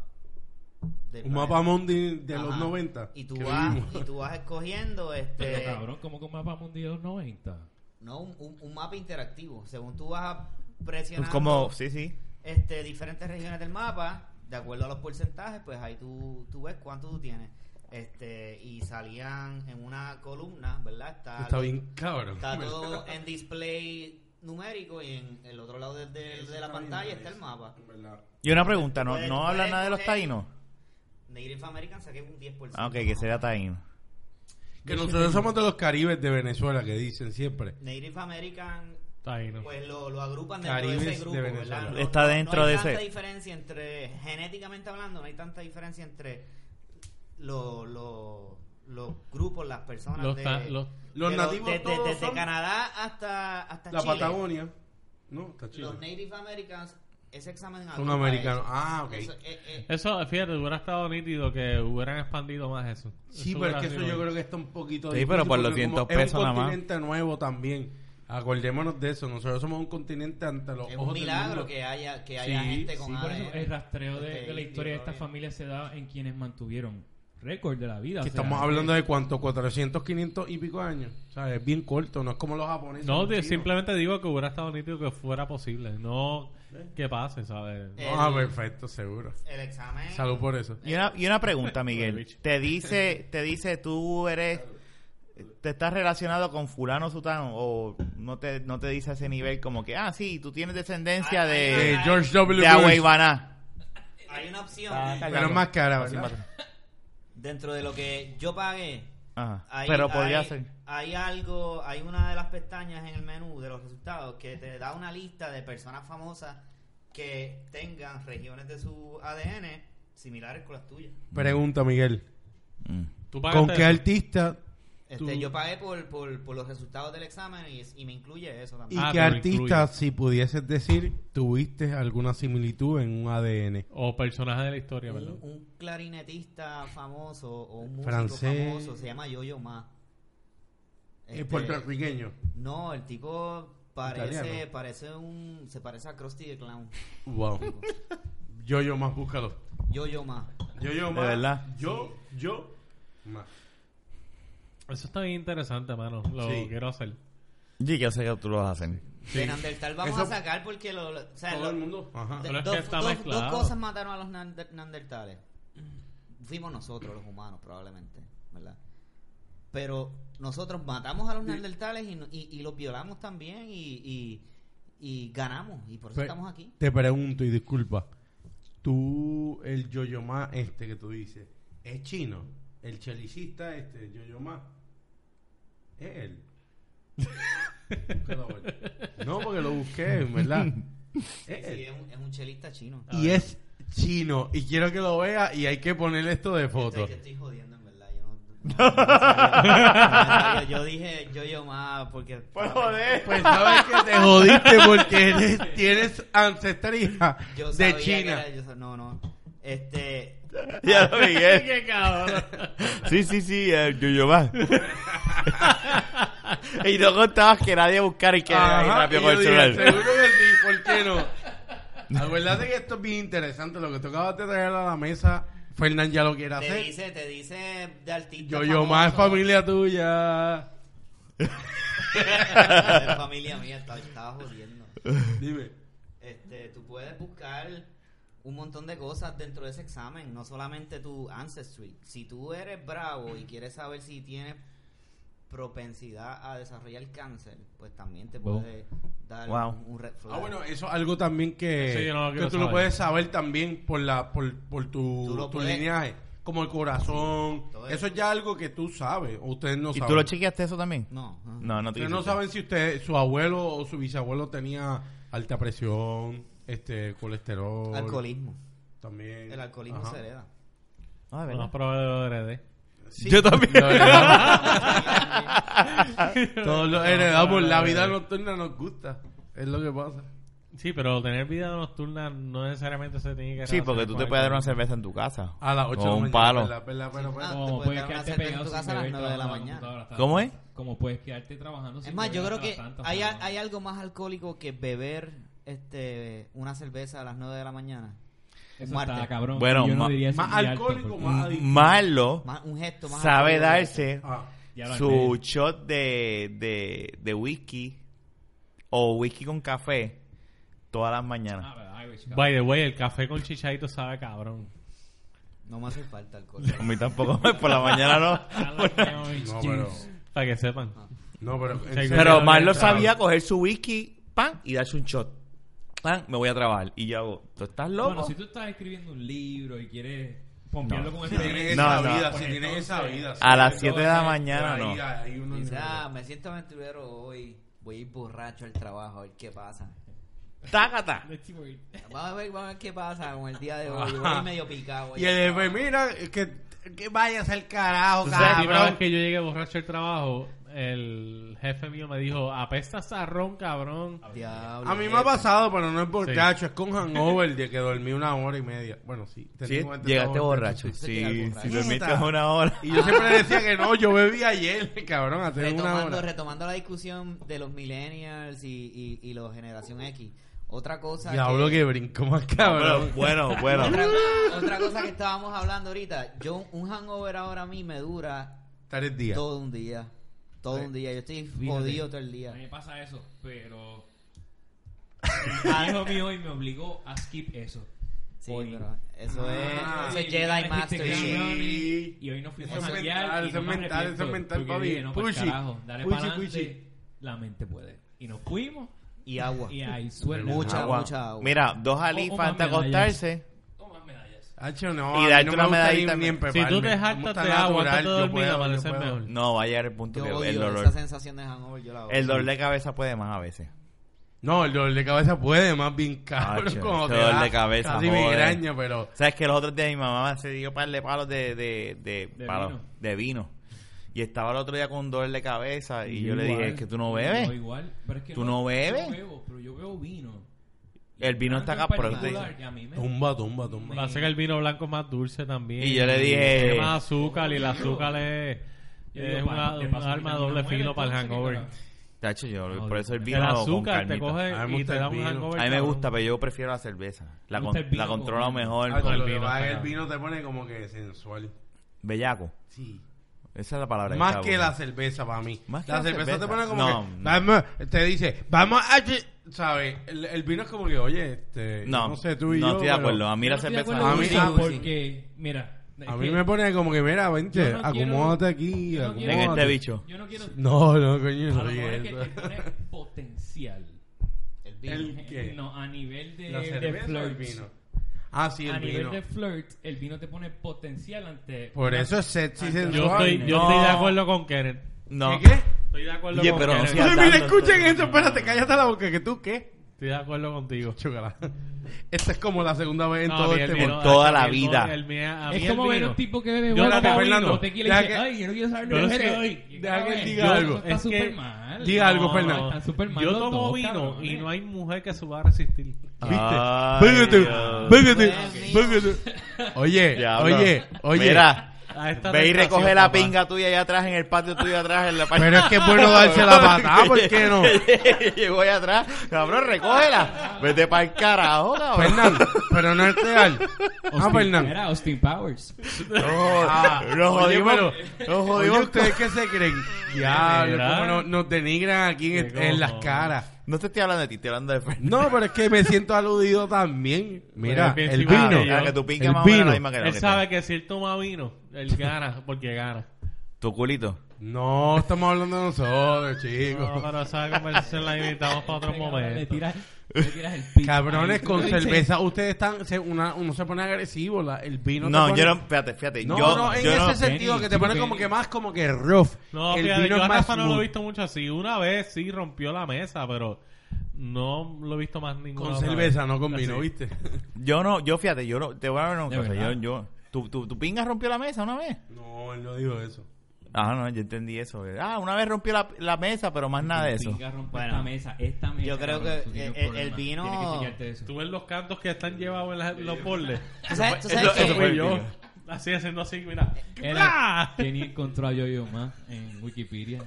del Un planeta. mapa mundi de los Ajá. 90. Y tú, que vas, vivimos. y tú vas escogiendo Pero este cabrón, ¿cómo con mapa mundial de los 90? no un, un- un mapa interactivo. Según tú vas presionando Pues Como, sí, sí. este, diferentes regiones del mapa, de acuerdo a los porcentajes, pues ahí tú, tú ves cuánto tú tienes. Este, y salían en una columna, ¿verdad? Está, Está bien cabrón. está todo en display numérico y en el otro lado de, de- de la pantalla está el mapa. En verdad. Y una pregunta, ¿no, Puedes- no puedes habla nada de los escoger- taínos? Native American saqué un 10%. Ah, ok, que será taíno. Que nosotros somos de los caribes de Venezuela, que dicen siempre. Native American Está ahí, ¿no? pues lo, lo agrupan dentro Caribes de de ese grupo, Venezuela. ¿verdad? Está dentro hay de tanta ese. diferencia entre, genéticamente hablando, no hay tanta diferencia entre lo- lo- los grupos, las personas Los de, ta- los- Los de nativos de- de- todos desde son- Canadá hasta, hasta La Chile. Patagonia. No, está chido. Los Native Americans, ese examen Son agrupa americanos. eso. Ah, ok. Eso, eh, eh, Eso, fíjate, hubiera estado nítido que hubieran expandido más eso. Sí, pero es hubiera que eso sido- yo creo que está un poquito Sí, pero por los porque 200 como es pesos un nada más. continente nuevo también. Acordémonos de eso. Nosotros somos un continente ante los es ojos un del milagro mundo. que haya, que haya Sí, gente con Sí, por eso ADN. el rastreo de, de la Ok, historia de digo, estas bien. familias se da en quienes mantuvieron récord de la vida. Que o sea, estamos hablando de cuánto, 400, 500 y pico años. O sea, es bien corto, no es como los japoneses. No, los de- chinos. simplemente digo que hubiera estado nítido que fuera posible. No que pase, ¿sabes? Eh, Ah, El- perfecto, seguro. El examen... Salud por eso. Y una, y una pregunta, Miguel. Te dice, te dice, tú eres, te estás relacionado con fulano, sutano, o no te, no te dice a ese nivel como que, ah, sí, tú tienes descendencia Ah, de, Eh, George W. de Bush. Aguaybaná. Hay una opción Pero es más cara, ¿verdad? dentro de lo que yo pagué Ajá. Hay- Pero podría hay- ser. Hay algo, hay una de las pestañas en el menú de los resultados que te da una lista de personas famosas que tengan regiones de su ADN similares con las tuyas. Pregunta, Miguel. Mm. ¿Tú ¿Con pagaste qué eso? artista Este, Tú- yo pagué por, por, por los resultados del examen y, es- y me incluye eso y también. Ah, qué pero artista, incluye. si pudieses decir, tuviste alguna similitud en un ADN? O personaje de la historia, ¿verdad? un, un clarinetista famoso o un músico Francés. famoso se llama Yo-Yo Ma. Es Este, puertorriqueño. no, el tipo parece, Italiano. parece un, se parece a Krusty the Clown. Wow. Yo, yo más, búscalo. Yo-Yo Ma. Yo, yo De más. verdad. Yo, yo más. Eso está bien interesante, mano. Lo Sí. quiero hacer. Y yo sé que tú lo vas a hacer. De Neandertal vamos Eso- a sacar porque lo, lo- o sea, Todo lo- el mundo. Ajá. de- Pero es dos, que está dos- mezclado. dos cosas mataron a los neander- Neandertales. Fuimos nosotros los humanos probablemente, ¿verdad? Pero nosotros matamos a los Neandertales y, no- y- y los violamos también y, y- y ganamos y por eso Pero- estamos aquí. Te pregunto y disculpa. Tú, el yo-yo más este que tú dices, ¿es chino? El chelicista este, el yo-yo más, ¿es él? Búscalo, güey. no, porque lo busqué, en ¿verdad? Sí, sí, es un, es un chelista chino. eh, Y es chino. Y quiero que lo vea y hay que ponerle esto de foto. Estoy, yo estoy jodiendo, en verdad. Yo no. no- no sabía. Yo- yo dije yo yo más porque. Pues joder. Pues sabes que te jodiste porque eres- tienes ancestría Yo de sabía que China. era- yo sa- no, no. Este. Ya lo Miguel. ¡Qué cabrón! Sí, sí, sí, eh, yo, yo más. y no contabas que nadie buscara y que ahí Ajá, rápido y con el yo dije, celular. Seguro que sí, ¿por qué no? Acuérdate que esto es bien interesante. Lo que tocaba de traer a la mesa, Fernán ya lo quiere Te hacer. dice, te dice de artista. Yo, yo más famoso. familia tuya. Es familia mía, estaba, estaba jodiendo. Dime. Este, tú puedes buscar un montón de cosas dentro de ese examen, no solamente tu ancestry. Si tú eres bravo y quieres saber si tienes propensidad a desarrollar cáncer, pues también te Wow. puede dar Wow. un, un red flag. Ah, bueno, eso es algo también que, Sí, yo no lo que quiero tú lo saber. puedes saber también por la por, por tu, Tú lo tu puedes. lineaje, como el corazón. todo Eso es ya algo que tú sabes, o ustedes no ¿Y saben. tú lo chequeaste eso también? No, ajá. No, no te ustedes no hiciste. saben si usted su abuelo o su bisabuelo tenía alta presión, este colesterol, alcoholismo. también. El alcoholismo Ajá. se hereda. Ah, de Lo verdad. más probable Yo también. Lo heredamos. lo heredé. Todos lo heredamos. La vida nocturna nos gusta. Es lo que pasa. Sí, pero tener vida nocturna no necesariamente se tiene que Sí, porque relacionar tú con te puedes dar alcohol. una cerveza en tu casa. A las 8 O un palo. ¿verdad? ¿verdad? Pero, pero- Ah, Como te puedes puedes dar una quedarte cerveza en pegado tu sin casa a las beber nueve de la trabajando mañana. toda hasta ¿Cómo las es? tantas. Como puedes quedarte trabajando Pues sin Es más, yo beber creo hasta que las tantas, hay, hasta las- hay algo más alcohólico que beber este una cerveza a las 9 de la mañana. Eso Un está martes. cabrón. Bueno, Y yo no ma- diría eso más ni alto, alcohólico, porque- más adicto. Marlo Más- un gesto más. sabe alcohólico. darse Ah, Ya lo su armé. shot de, de, de whisky o whisky con café todas las mañanas. Ah, verdad, ay, güey, chica. By the way, el café con chichaito sabe cabrón. No me hace falta alcohol. A mí tampoco, por la mañana no. no, pero, Para que sepan. no, pero, en Pero serio, Pero Mar Marlo Claro. sabía coger su whisky, pan, y darse un shot. Pan, me voy a trabajar. Y yo hago, ¿tú estás loco? Bueno, si tú estás escribiendo un libro y quieres pompearlo con Si tienes experiencia, No, esa no. vida, si tienes esa vida. A sí, las pero 7 de la ahí- mañana, no. ahí uno Dice, no- "Ah, me siento aventurero hoy. Voy a ir borracho al trabajo, a ver qué pasa. Tácata. Vamos a ver, vamos a ver qué pasa con el día de hoy. Voy a ir medio picado. voy Y a ir el jefe, trabajo". mira, que, que vayas al carajo, Tú sabes, la primera vez cabrón. que yo llegué borracho al trabajo, el jefe mío me dijo, apestas a ron, cabrón. Diablo, eh, A mí me jefe. ha pasado, pero no es borracho, es con hangover de que dormí una hora y media. Bueno, sí. te Sí, tengo entendido llegaste borracho. Sí, Llegaste si borracho. dormiste Puta. una hora. Y yo siempre decía que no, yo bebí ayer, cabrón, hace una Retomando, hora. retomando la discusión de los millennials y, y, y los generación X. Otra cosa Diablo que brinco más, cabrón. bueno, bueno. Otra, bueno. otra cosa que estábamos hablando ahorita, yo un hangover ahora a mí me dura Tres días. todo un día, todo un día, yo estoy Fíjate. jodido todo el A mí día. me pasa eso, pero. El hijo mío hoy me obligó a skip eso. Sí, Hoy. pero eso Ah. es, eso es Jedi Master. Este shit. cabrón, Sí. Y hoy nos fuimos Eso a es janguear mental, y eso no es me mental, arrepiento, eso es mental, porque papi. dije, no, pa'l Puchi, carajo, dale puchi, pa'lante, puchi. La mente puede. Y nos fuimos Y agua. y ahí suerte. Mucha Agua. Agua. mucha agua. Mira, dos O- o alifas más antes de medallas. acostarse. Tomas medallas. Hacho, no, Y a mí darte no una me gusta medallita ni, ni me- empeparme. Si tú te Como jaltas está de agua natural, antes de yo dormir, puedo, amaneces yo puedo. mejor. No, va a llegar el punto Yo que odio el dolor. esa sensación de hangover, yo la odio. El dolor de cabeza puede más a veces. No, el dolor de cabeza puede, más bien Ah, cabrón. che, como ese te dolor da de cabeza, Casi joder. migraña, pero. ¿Sabes que los otros días mi mamá se dio par de palos de, de, de, De palos- vino. de vino? Y estaba el otro día con dolor de cabeza y, yo, le igual, dije, es que tú no Yo bebes. igual, pero es que ¿Tú no bebes? Yo bebo, pero yo bebo vino. El vino está acá, Tanto en pero este- te particular dice, que a mí me- Tumba, tumba, tumba. Pasa que el vino blanco es más dulce también. Y yo le dije- Tiene más azúcar y el azúcar es, Yo es digo, una, pa, te un paso arma de vitamina doble nueve, filo para el entonces, hangover. ¿qué tal? "Tacho, yo, Joder. por eso el El vino con azúcar te carnita. A mí coge me y gusta te da el un vino. hangover. A mí me cabrón. gusta, pero yo prefiero la cerveza. La, Me con- gusta el vino la con controlo vino. mejor. Hacho, el lo que vino pasa es que está el vino te pone como que sensual. Bellaco. Sí. Esa es la palabra. Más estaba que la buscando. cerveza para mí. Más que la la cerveza, te cerveza. pone como No, que. no. Vamos, te dice, vamos a. ¿Sabes? El, el vino es como que, oye, este. No, no sé, tú y no yo. estoy de pero acuerdo. A mí Yo la no estoy de cerveza. acuerdo A mí- contigo ah, pues- porque, mira. es A mí que me pone como que, mira, yo vente, no acomódate quiero- aquí. yo no acomódate. quiero- En este bicho. Yo no quiero. No, no, coño, no A lo mejor dije es que eso. te pone potencial. El vino. ¿El qué? No, a nivel de, ¿La de cerveza o el flirt. vino? Ah, sí, a el nivel vino. de flirt, el vino te pone potencial ante. Por eso es sexy Yo sensual. Yo estoy, yo No. estoy de acuerdo con Kenneth. No. ¿Qué, qué? Estoy de acuerdo Oye, con pero no Kenneth. seas- Mira, dando, escuchen entonces. esto, espérate, cállate la boca, que tú qué. Estoy de acuerdo contigo. Chócala. Esta es como la segunda vez en No, a todo mí el este vino- podcast. toda a mí la el vino- vida. el mío- a mí Es el como ver vino. un tipo que bebe Yo huevo la- para Fernando, vino, tequila y deja dice, que- ay, yo no quiero saber Pero de es que- eso hoy. deja que él Cabrón, diga eso algo. Está Es que- súper mal. diga algo, Fernando. Están súper mal Yo los tomo dos, vino cabrones. y no hay mujer que se va a resistir. ¿Viste? Ay, Pégate, Dios. pégate, Dios pégate. Oye, Diablo. oye, oye. Mira, A esta ve y tentación, recoge la papá. pinga tuya allá atrás, en el patio tuyo atrás. En la pa- Pero es que es bueno darse la patada, ¿por qué no? Llegó allá atrás. Cabrón, recógela. Vete para el carajo, cabrón. Fernando, pero no es real. Ah, Austin, Fernando. Era Austin Powers. Ah, Nos oye, jodimos. pero- Nos Oye, jodimos. ¿ustedes qué se creen? Diablo, ¿Verdad? cómo nos, nos denigran aquí en, Qué en las cojo. caras. No te estoy hablando de ti, estoy hablando de Fernando. No, pero es que me siento aludido también. Mira, Pues, el bien, sí, vino. yo- que tu pinga el más o menos vino. la misma que la Él que sabe que si él toma vino, él gana porque gana. tengo. Tu culito. No, estamos hablando de nosotros, No, chicos. pero esa conversación la invitamos para otro Le momento. tiras, le tiras el pin. Cabrones, Ahí. con Dice, cerveza ustedes están... se- una- uno se pone agresivo, la- el vino... No, te pone- yo no. Fíjate, fíjate. No, yo, no, en yo ese no- sentido, que te Benny, pone sí, como Benny. que más como que rough. No, el fíjate, yo vino es a más Rafa no lo he smooth. visto mucho así. Una vez sí rompió la mesa, pero no lo he visto más ninguna Con otra cerveza, vez. no con Así. vino, ¿viste? Yo no, yo fíjate, yo no. Te voy a hablar una De cosa. Yo, verdad. yo. ¿Tu, tu, tu pinga rompió la mesa una vez? No, él no dijo eso. Ah, no, yo entendí eso. Ah, una vez rompió la, la mesa, pero más nada de eso. Pinga rompe Bueno, esta mesa, esta mesa. yo creo cabrón, que tú tienes el- el problemas. vino- Tienes que chequearte eso. Tú ves los cantos que están llevados en las- los bordes. ¿Tú sabes, tú sabes Eso- que- eso fue Y el yo, pinga. así haciendo así, mira. Era ¡Ah! Kenny encontró a Yo-Yo Ma en Wikipedia.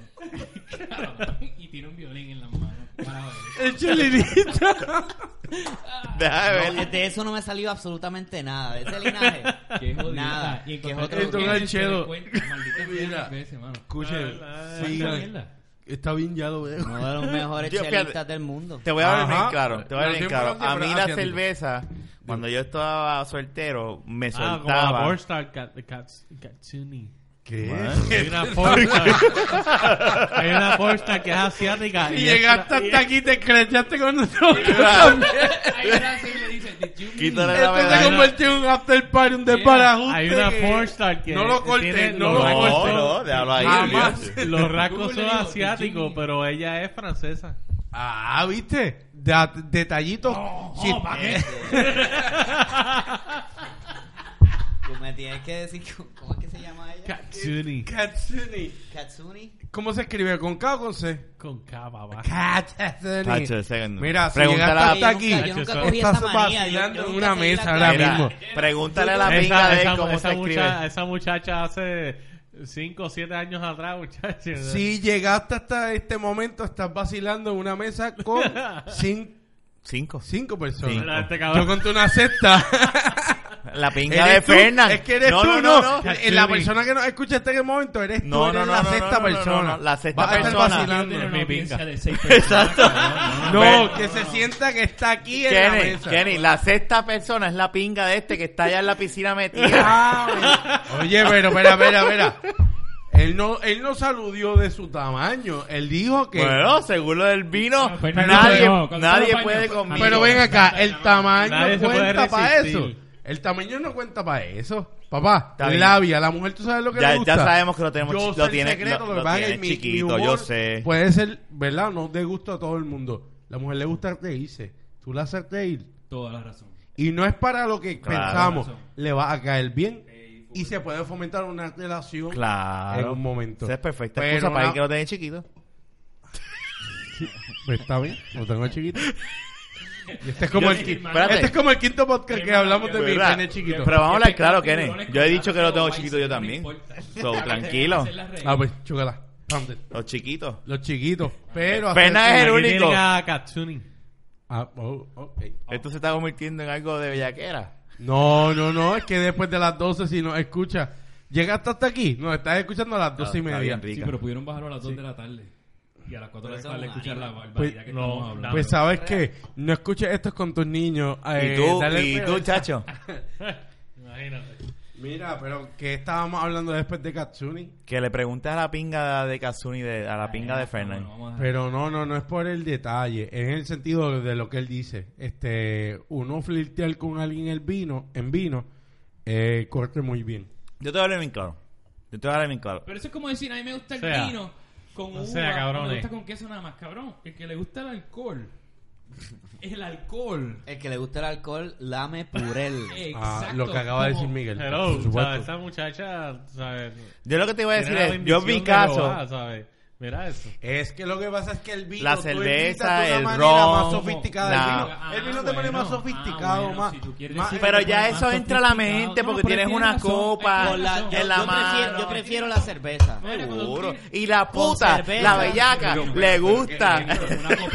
y tiene un violín en las manos. Para ver. El chilinito. Deja de ver. no, de eso no me salió absolutamente nada, de ese linaje. Qué jodida. Nada, Y que es encontró otro- que Entonces, tiene el chelo. cuenta, maldita sea, Mira. mil veces, mano. Escuchen, Ah, Esta sigan. mierda. Está bien, ya lo veo. Uno de los mejores Yo, fíjate. chelistas del mundo. Te voy a hablar Ajá. bien claro. Te voy a Pero hablar bien siempre claro. lo hacía, A pero mí la asiático. cerveza, cuando yo estaba soltero, me Ah, como la soltaba. pornstar Kat- Kats- Katsuni. ¿Qué? Ah, Hay una pornstar. Hay una pornstar que es asiática. Y es- llegaste hasta aquí, te crechaste con nosotros. Ahí nace y le dice, "Did you mean-" Quítale la Esto se medalla. convirtió en un after party, un desparajuste. Hay una que- pornstar que No lo tiene cortes, no lo los rasgos- No, cortes. no, déjalo ahí. Jamás. olvídate. Los rasgos son Google, digo, asiáticos, Jimmy. pero ella es francesa. Ah, ¿viste? Da- detallitos. Sí. Oh, Tú me tienes que decir, cómo- ¿cómo es que se llama ella? Katsuni. Katsuni. Katsuni. ¿Cómo se escribe? ¿Con K o con C? Con cava, va. Tacho, Katsuni. segundo. Mira, si Pregúntale llegaste a- hasta aquí, Yo nunca- yo nunca cogí estás esa manía, yo- yo vacilando en nunca una seguí la mesa ahora Mira, mismo. Pregúntale a la pinga Esa, de él esa- cómo esa se mucha- escribe. esa muchacha hace 5 o 7 años atrás, muchacho. Si llegaste hasta este momento, estás vacilando en una mesa con cin- Cinco. cinco personas. Mira, este Yo cabrón. conté una cesta. La pinga de Eres tú. Fernan. Es que eres No, tú, no, no. no, no. Eh, La persona que nos escucha hasta este momento eres tú. No, no, eres no, la no, no, sexta no, no, persona. no, no, la sexta Vas a estar persona. vacilando. Tiene una Mi audiencia pinga. de seis personas, Exacto. cabrón, No, Ven. que se sienta que está aquí en la Kenny, mesa. Kenny, la sexta persona es la pinga de este que está allá en la piscina metida. Ah, bueno. Oye, pero espera, espera, espera. Él no, él no saludió de su tamaño. Él dijo que. Bueno, según lo del vino, pues, No, Fernando, nadie, no, cuando nadie tú lo puede bañas, conmigo. pero ven acá, el tamaño Nadie se puede cuenta para resistir. eso. El tamaño no cuenta para eso. Papá, Está bien. labia, la mujer, tú sabes lo que Ya, le ya gusta. sabemos que lo tenemos Yo chi- sé lo el tiene, secreto, lo, lo que lo pasa es tiene que mi- mi chiquito, humor yo sé. Puede ser, ¿verdad? No de gusto a todo el mundo. La mujer le gusta reírse. Tú la haces reír. Toda la razón. Y no es para lo que Claro. pensamos. Le va a caer bien. Y se puede fomentar una relación Claro. en un momento. Esa es perfecta Pero excusa para una- el que lo tiene chiquito. Pues está bien, lo tengo chiquito. Y Este es, Yo- como el, qui- espérate. este es como el quinto podcast que hablamos de mi ¿Verdad? pene chiquito. Pero vamos a hablar claro, Este Kenny. cabrón es Yo he con dicho que lo tanto tengo vice, chiquito yo no me también. importa. So, tranquilo. Esa es la regla. Ah, pues, chúcala. Pam, de- Los chiquitos. Los chiquitos. Pero. Pena hacer- es el Aquí único. tienen a Katsuni. Ah, oh, ok. Esto se está convirtiendo en algo de bellaquera. No, no, no. Es que después de las 12, si nos escucha. Llegaste hasta aquí. Nos estás escuchando a las 12 y Está media. bien rica. Sí, pero pudieron bajarlo a las 2 de la tarde. Y a las 4 de la Pero tarde eso es escuchar la barbaridad Pues, que no, estamos hablando. ah, Pues sabes que no escuches esto con tus niños. eh, y tú, dale- y tú, chacho. Imagínate. Mira, pero que estábamos hablando después de Katsuni. Que le preguntes a la pinga de Kazuni, de, a la pinga de Fernan. Bueno, vamos a- Pero no, no, no es por el detalle, es en el sentido de lo que él dice. Este, uno flirtear con alguien en vino, en vino, eh, corte muy bien. Yo te voy a hablar bien claro. Yo te voy a hablar bien claro. Pero eso es como decir, a mí me gusta el O sea, vino con o uva, sea, no me cabrones. gusta con queso nada más, cabrón. El que le gusta el alcohol, El alcohol. El que le gusta el alcohol, lame purel. Exacto. Ah, lo que acaba de decir como- Miguel. Hello, por supuesto. ¿sabes? Esa muchacha, ¿sabes? Yo lo que te voy a decir Tiene la es, yo vi bendición de caso, Jehová, ¿sabes? Mira eso. Es que lo que pasa es que el vino. La tú cerveza, invitas de el una manera ron, más sofisticada. nah. El vino, el vino te pone más Ah, bueno. sofisticado, Ah, bueno, más. si tú quieres más- decir- pero ya Más eso entra a la sofisticado. mente No, porque pero tienes tienes una razón. Ah, copa Con la- yo, en la yo prefiero, mano. yo prefiero la cerveza. Mira, cuando tú Seguro. quieres- Y la Con puta, cerveza. la bellaca, Pero, pero, le pero, gusta. ¿qué es esto?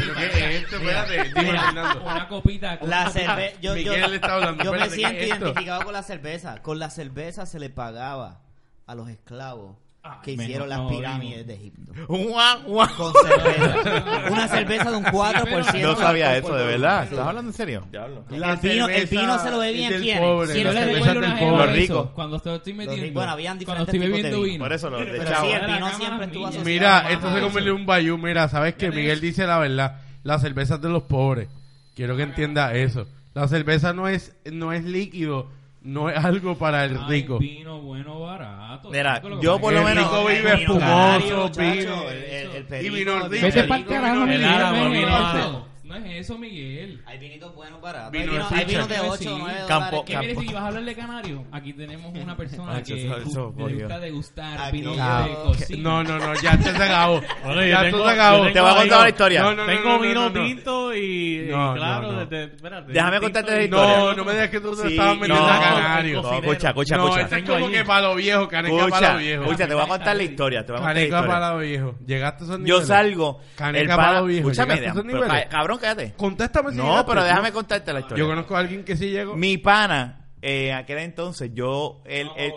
Una copita. ¿Pero qué es esto? Espérate, dime, Mira, Fernando. Una copita. con La una copa. cerveza. Yo, yo- Ah, pues, Miguel está hablando, yo me espérate, ¿qué siento es esto? identificado con la cerveza. Con la cerveza se le pagaba a los esclavos Ay, que menos hicieron las todavía. pirámides de Egipto. Guau, guau. Con cerveza. Una cerveza de un 4%. No sabía eso, de verdad. ¿Estás hablando en serio? El vino- el vino se lo bebían del quiénes? Pobre, la Si no le cerveza recuerdo una del jeva Los pobre. eso, ricos. cuando te lo estoy metiendo. ricos. Bueno, habían Cuando diferentes estoy tipos de bebiendo vino. vino. Por eso lo de Pero chavo. sí, el Ahora vino la cámara siempre estuvo mía. asociado Mira, más esto a se eso. convirtió en un bayú. Mira, ¿sabes que Ya te Miguel dije. dice la verdad. La cerveza es de los pobres. Quiero que entienda eso. La cerveza no es, no es líquido, no es algo para el Ay, rico. vino bueno, barato. Mira, Chico, lo que yo pasa por es lo que- el menos- rico vive El vino canario, espumoso, muchacho, vino. el- el- el Y perico, vino el rico. Vete Este el pa'l vino carajo, no Miguel. es árabe, no es vino eso. árabe. No es eso, Miguel. Hay vinitos buenos baratos. Hay Vino vino- hay ficha. vinos de 8, Sí. 9 Campo- ¿Qué Campo- quieres decir? ¿Vas a hablar de canario? Aquí tenemos una persona Ah, que eso- eso, gu- por le Dios. gusta degustar Aquí. vino Ah, de ok. cocina. No, no, no, ya te se acabó. Bueno, yo ya tengo- tú se acabó. yo Te voy a contar la historia. No, no, no, Tengo no, no, vino no, no. tinto y, y No, no, claro, no. desde- espérate. Déjame tinto contarte la y- historia. No, no me digas que tú te Sí, estabas metiendo no, a canario. No, escucha, escucha, no, escucha. este es Tengo como allí. que palo viejo, caneca Escucha, palo viejo. escucha, te voy a contar la historia. Te voy a contar la Caneca historia. palo viejo. Llegaste a esos Yo niveles. salgo. Caneca el pana- palo viejo, Escúchame, llegaste a esos pero niveles. ca- cabrón, cállate. Contéstame si No, llegaste, pero déjame ¿no? contarte la Yo historia. conozco a alguien que sí llegó. Mi pana, eh, en aquel entonces, yo. Él, él-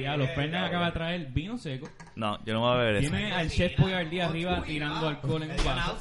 Ya, los Fernández acaba de traer vino seco. no, yo no voy a beber eso. Tiene al chef Boyardee arriba tirando alcohol en un vaso.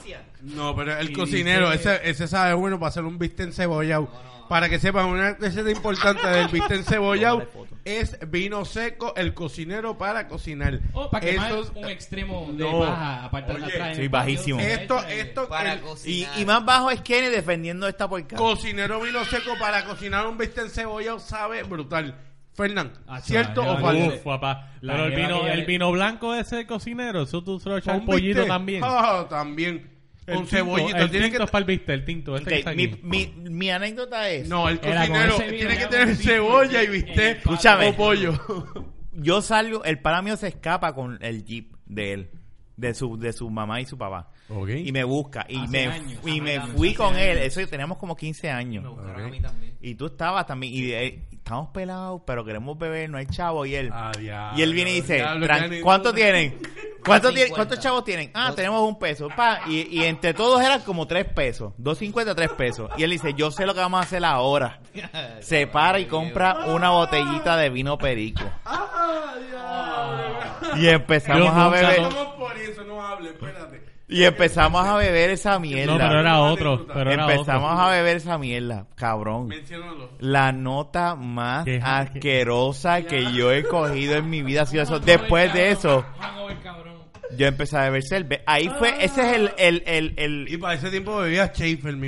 No, pero el Y cocinero, dice- ese, ese sabe bueno para hacer un bistec encebollado. Para que sepan, una receta importante del bistec encebollado es vino seco, el cocinero para cocinar. Oh, O Oh, para quemar Estos- un extremo de No. paja aparte de Oye, atrás. en sí, el bajísimo. patio. esto, esto, Para el Y, cocinar. y más bajo es Kenny defendiendo esta porcada. cocinero vino seco para cocinar un bistec encebollado sabe brutal. Fernán, Ah, ¿cierto chaval, o vale. falso? Uf, papá. La Pero el jeva vino, que ya el le- vino blanco ese del cocinero, eso tú se lo echas al ¿Un pollito bistec? también. Ah, también. El Con tinto- cebollita. El tiene que- tinto es para el bistec, el tinto. Este Ok, que está mi, aquí. mi, mi anécdota es: No, el Era con cocinero ese vino, tiene que era tener con tinto. cebolla y bistec Escúchame. o pollo. yo salgo, el pana mío se escapa con el jeep de él, de su, de su mamá y su papá. Ok. Y me busca. Y Hace me, años, y hace me años, fui hace con él. años. Eso teníamos como 15 años. Me buscaron Ok. a mí también. Y tú estabas también. Y eh, estamos pelados, pero queremos beber, no hay chavo. Y él, Ah, diablo, y él viene y dice: diablo, "Tran- Gianni". ¿Cuánto tienen? ¿Cuánto tienen? 2.50. ¿Cuántos chavos tienen? Ah, Dos- tenemos un peso. Pa. Y, y entre todos eran como tres pesos. 2.50, tres pesos. Y él dice, yo sé lo que vamos a hacer ahora. Se para y compra una botellita de vino perico. Y empezamos Dios, a nunca, beber. no. Ah, Vamos por eso, no hable, espérate. Y empezamos a beber esa No, pero mierda. era otro. Pero era Empezamos otro. a beber esa mierda, cabrón. Menciónalo. La nota más Qué- asquerosa que yo he cogido en mi vida ha sido eso. Después de eso, Hangover, cabrón. yo empecé a beber cerveza. Ahí fue, ese es el, el, el, el- Y para ese tiempo bebía Schaefer, me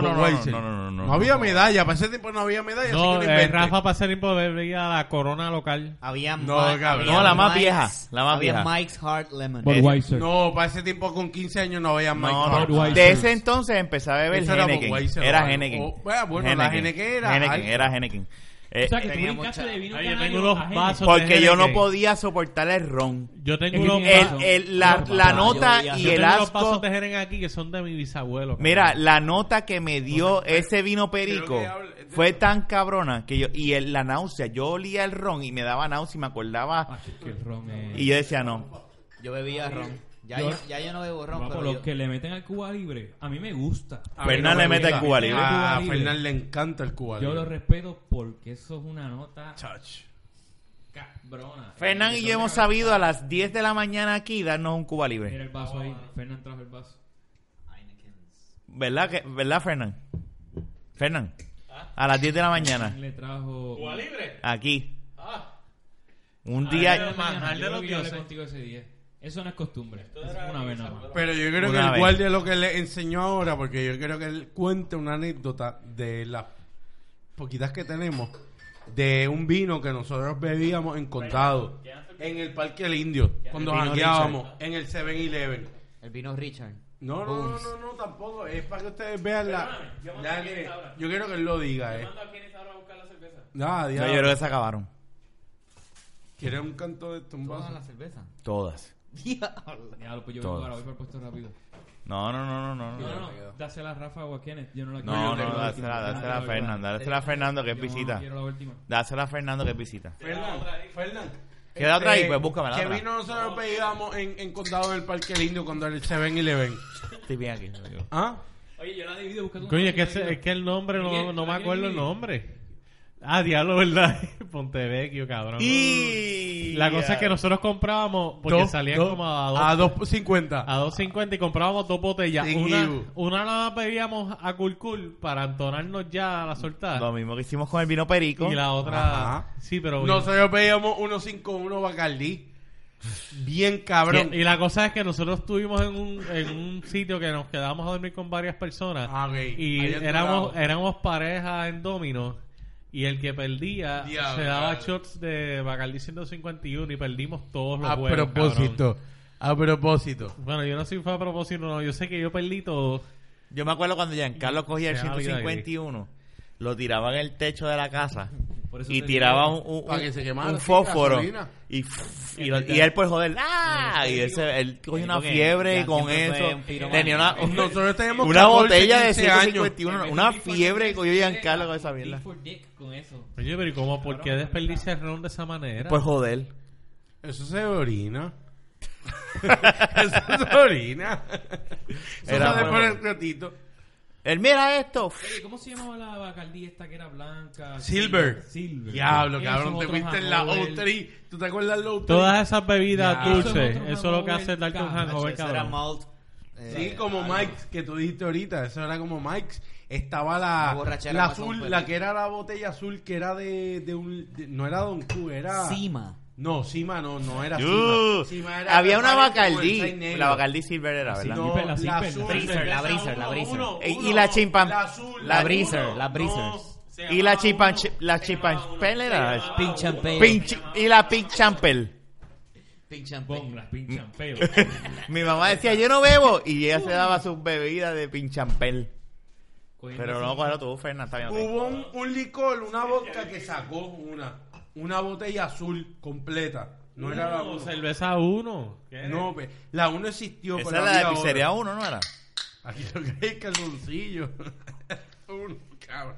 No, no, o no, Weiser. no, no, no, no, No había medalla, para ese tiempo no había medalla. No, así que eh, no inventé. Rafa para ese tiempo bebía la corona local. Había No, Ma- cabrón. había No, la más Mike's- vieja, la más había vieja. Mike's Hard Lemon. Eh, Budweiser. No, para ese tiempo con 15 años no había Mike No, Hart. no, Budweiser. De ese entonces empecé a beber Esa era Henneken. Budweiser o Era algo. Henneken. O- Oh, bueno, bueno, la Henneken era Henneken, algo. era Henneken. Eh, O sea, que tú tenía brincaste mucha- de vino Ay, yo canario tengo unos a gente. vasos. porque yo no Henneken. podía soportar el ron. Yo tengo Es que unos tiene El- razón. el- la, No, la papá, nota yo- yo y Yo el tengo unos asco. vasos de Jeren aquí que son de mi bisabuelo. cabrón. Mira, la nota que me dio ese vino perico Creo que habla- es de fue eso. tan cabrona que yo. Y el- la náusea. Yo olía el ron y me daba náusea y me acordaba. Ay, qué ron es. Y yo decía, no. Yo bebía ron. Ya Yo- yo, ya yo no bebo ron, Guapo, pero los yo- que le meten al Cuba Libre, a mí me gusta. A Fernan mí no le me mete gusta. el Cuba Libre. Ah, A Cuba Libre. Fernán le encanta el Cuba Yo Libre. lo respeto porque eso es una nota Chach. cabrona. Fernán y yo hemos sabido a las 10 de la mañana aquí darnos un Cuba Mira libre. el vaso ahí. Fernán trajo el vaso. ¿Verdad, que, ¿verdad Fernán? Fernán. A las 10 de la mañana. Le trajo. libre? Aquí. Un Ay, día. Ah, no. Manjar de Yo creo los que yo hablé dioses. contigo ese día. Eso no es costumbre. Eso es una vez nada más. Pero yo creo que Una el vez. guardia lo que le enseñó ahora, porque yo creo que él cuenta una anécdota de las poquitas que tenemos de un vino que nosotros bebíamos en Condado, en el Parque del Indio, cuando Vino jangueábamos, en el 7-Eleven. El vino Richard. No, no, no, Booms. no, no, tampoco. Es para que ustedes vean la. Perdóname, yo mando la aquí que- esta hora. yo quiero que él lo diga, eh. mando a quienes ahora a buscar la cerveza. Nada, No, yo diablo. creo que se acabaron. ¿Quieres un canto de Todas tumbazo? las cervezas. Todas. Diablo. Ya, pues yo vengo Todos. ahora, voy para el puesto rápido. No, no, no, no, no. No, no, No, no, dásela a Rafa o a Kenneth. Yo no la quiero. no, no Yo la dásela, última. dásela a Yo no la quiero. Fernando. Dásela a Fernando que es Yo visita. No quiero la última. Dásela a Fernando que es visita. Fernan, Fernan. Queda otra ahí, pues, búscame la Eh, Que otra. vino nosotros pedíamos en, en Condado del Parque Lindo cuando el 7 Eleven. Estoy bien aquí. no, yo. ¿Ah? Oye, yo la divido buscando. Coño, es que, ese- es que el nombre no, Miguel, no me ¿para qué acuerdo el dividir? nombre. Ah, diablo, ¿verdad? Pontevecchio, cabrón. Y La cosa es que nosotros comprábamos porque Mm. Dos- salían dos- como a dos A 2.50. A 2.50 y comprábamos dos botellas. Sin Una, Ibu. una la bebíamos a Curcul para entonarnos ya a la soltada. Lo mismo que hicimos con el vino perico. Ah. y la otra. Ajá. Sí, pero. bien. Nosotros pedíamos 1.51 Bacardí. Bien cabrón. y, y la cosa es que nosotros estuvimos en un, en un sitio que nos quedábamos a dormir con varias personas. Ah, ok. Y Allá en éramos, Dorado. éramos pareja en domino. Y el que perdía Diablo, se daba cabrón. shots de Bacardi 151 y perdimos todos los Ah, A juegos, cabrón. propósito. A propósito. Bueno, yo no sé si fue a propósito o no. Yo sé que yo perdí todo. Yo me acuerdo cuando Giancarlo cogía el Se llama Vida 151, lo tiraba en el techo de la casa Por eso y te tiraba un, digo, un- Para un- que se quemara, un sí, fósforo gasolina. y, f- y, lo- y él pues joder, ¡ah! Y ese, él cogió una porque fiebre y ya con siempre fue eso un piromano. tenía una, Nosotros tenemos una 14, botella de 15 años. 151, una fiebre que cogió Giancarlo con esa mierda. Big for Dick con eso. Oye, pero ¿y cómo? ¿Por qué desperdicia el ron de esa manera? Pues joder. Eso se orina. Eso se orina. Eso Era se bueno. pone el ratito. Él mira esto. Oye, ¿cómo se llamaba la bacardí esta que era blanca? Silver. Silver. Diablo, Eso cabrón. Te otro fuiste en la hangover. O3. ¿Tú te acuerdas del O3? Todas esas bebidas Ya. dulces, Eso es otro eso es lo que hace hangover, darte un cabrón. hangover, Eso era cabrón. malt. eh, Sí, como Mike's, que tú dijiste ahorita. Eso era como Mike's. Estaba la, La borrachera la pasó un azul, pelín. la que era la botella azul, que era de, de un... de- no era Don Q, era... Cima. No, Cima no, no era Uh, Cima. Cima era- había una transparente como el Bacardí. Saint Negro. La Bacardí Silver era, ¿verdad? No, Zipper, la la Zipper, la azul. Breezer, la Breezer, la Uno, Breezer. uno, Y- uno. y la chimpan- La azul, la uno. Breezer, la Breezer. Y la chimpanche, la chimpanchel era. Pink Champagne. Pinch- y la pink champel. Pink Bong, Champagne. las pinchan feo. Mi mamá decía, yo no bebo. Y ella se daba sus bebidas de pinchampel. Pero no, cuando tuvo Fernández. Está bien, ok. Hubo un, un licor, una vodka que sacó una, una botella azul completa. No era la No, uno. cerveza uno. ¿Qué? No, pe- la uno existió. Esa pero era la de había pizzería otra. 1, ¿no era? Aquí lo que hay es calzoncillo. uno, cabrón.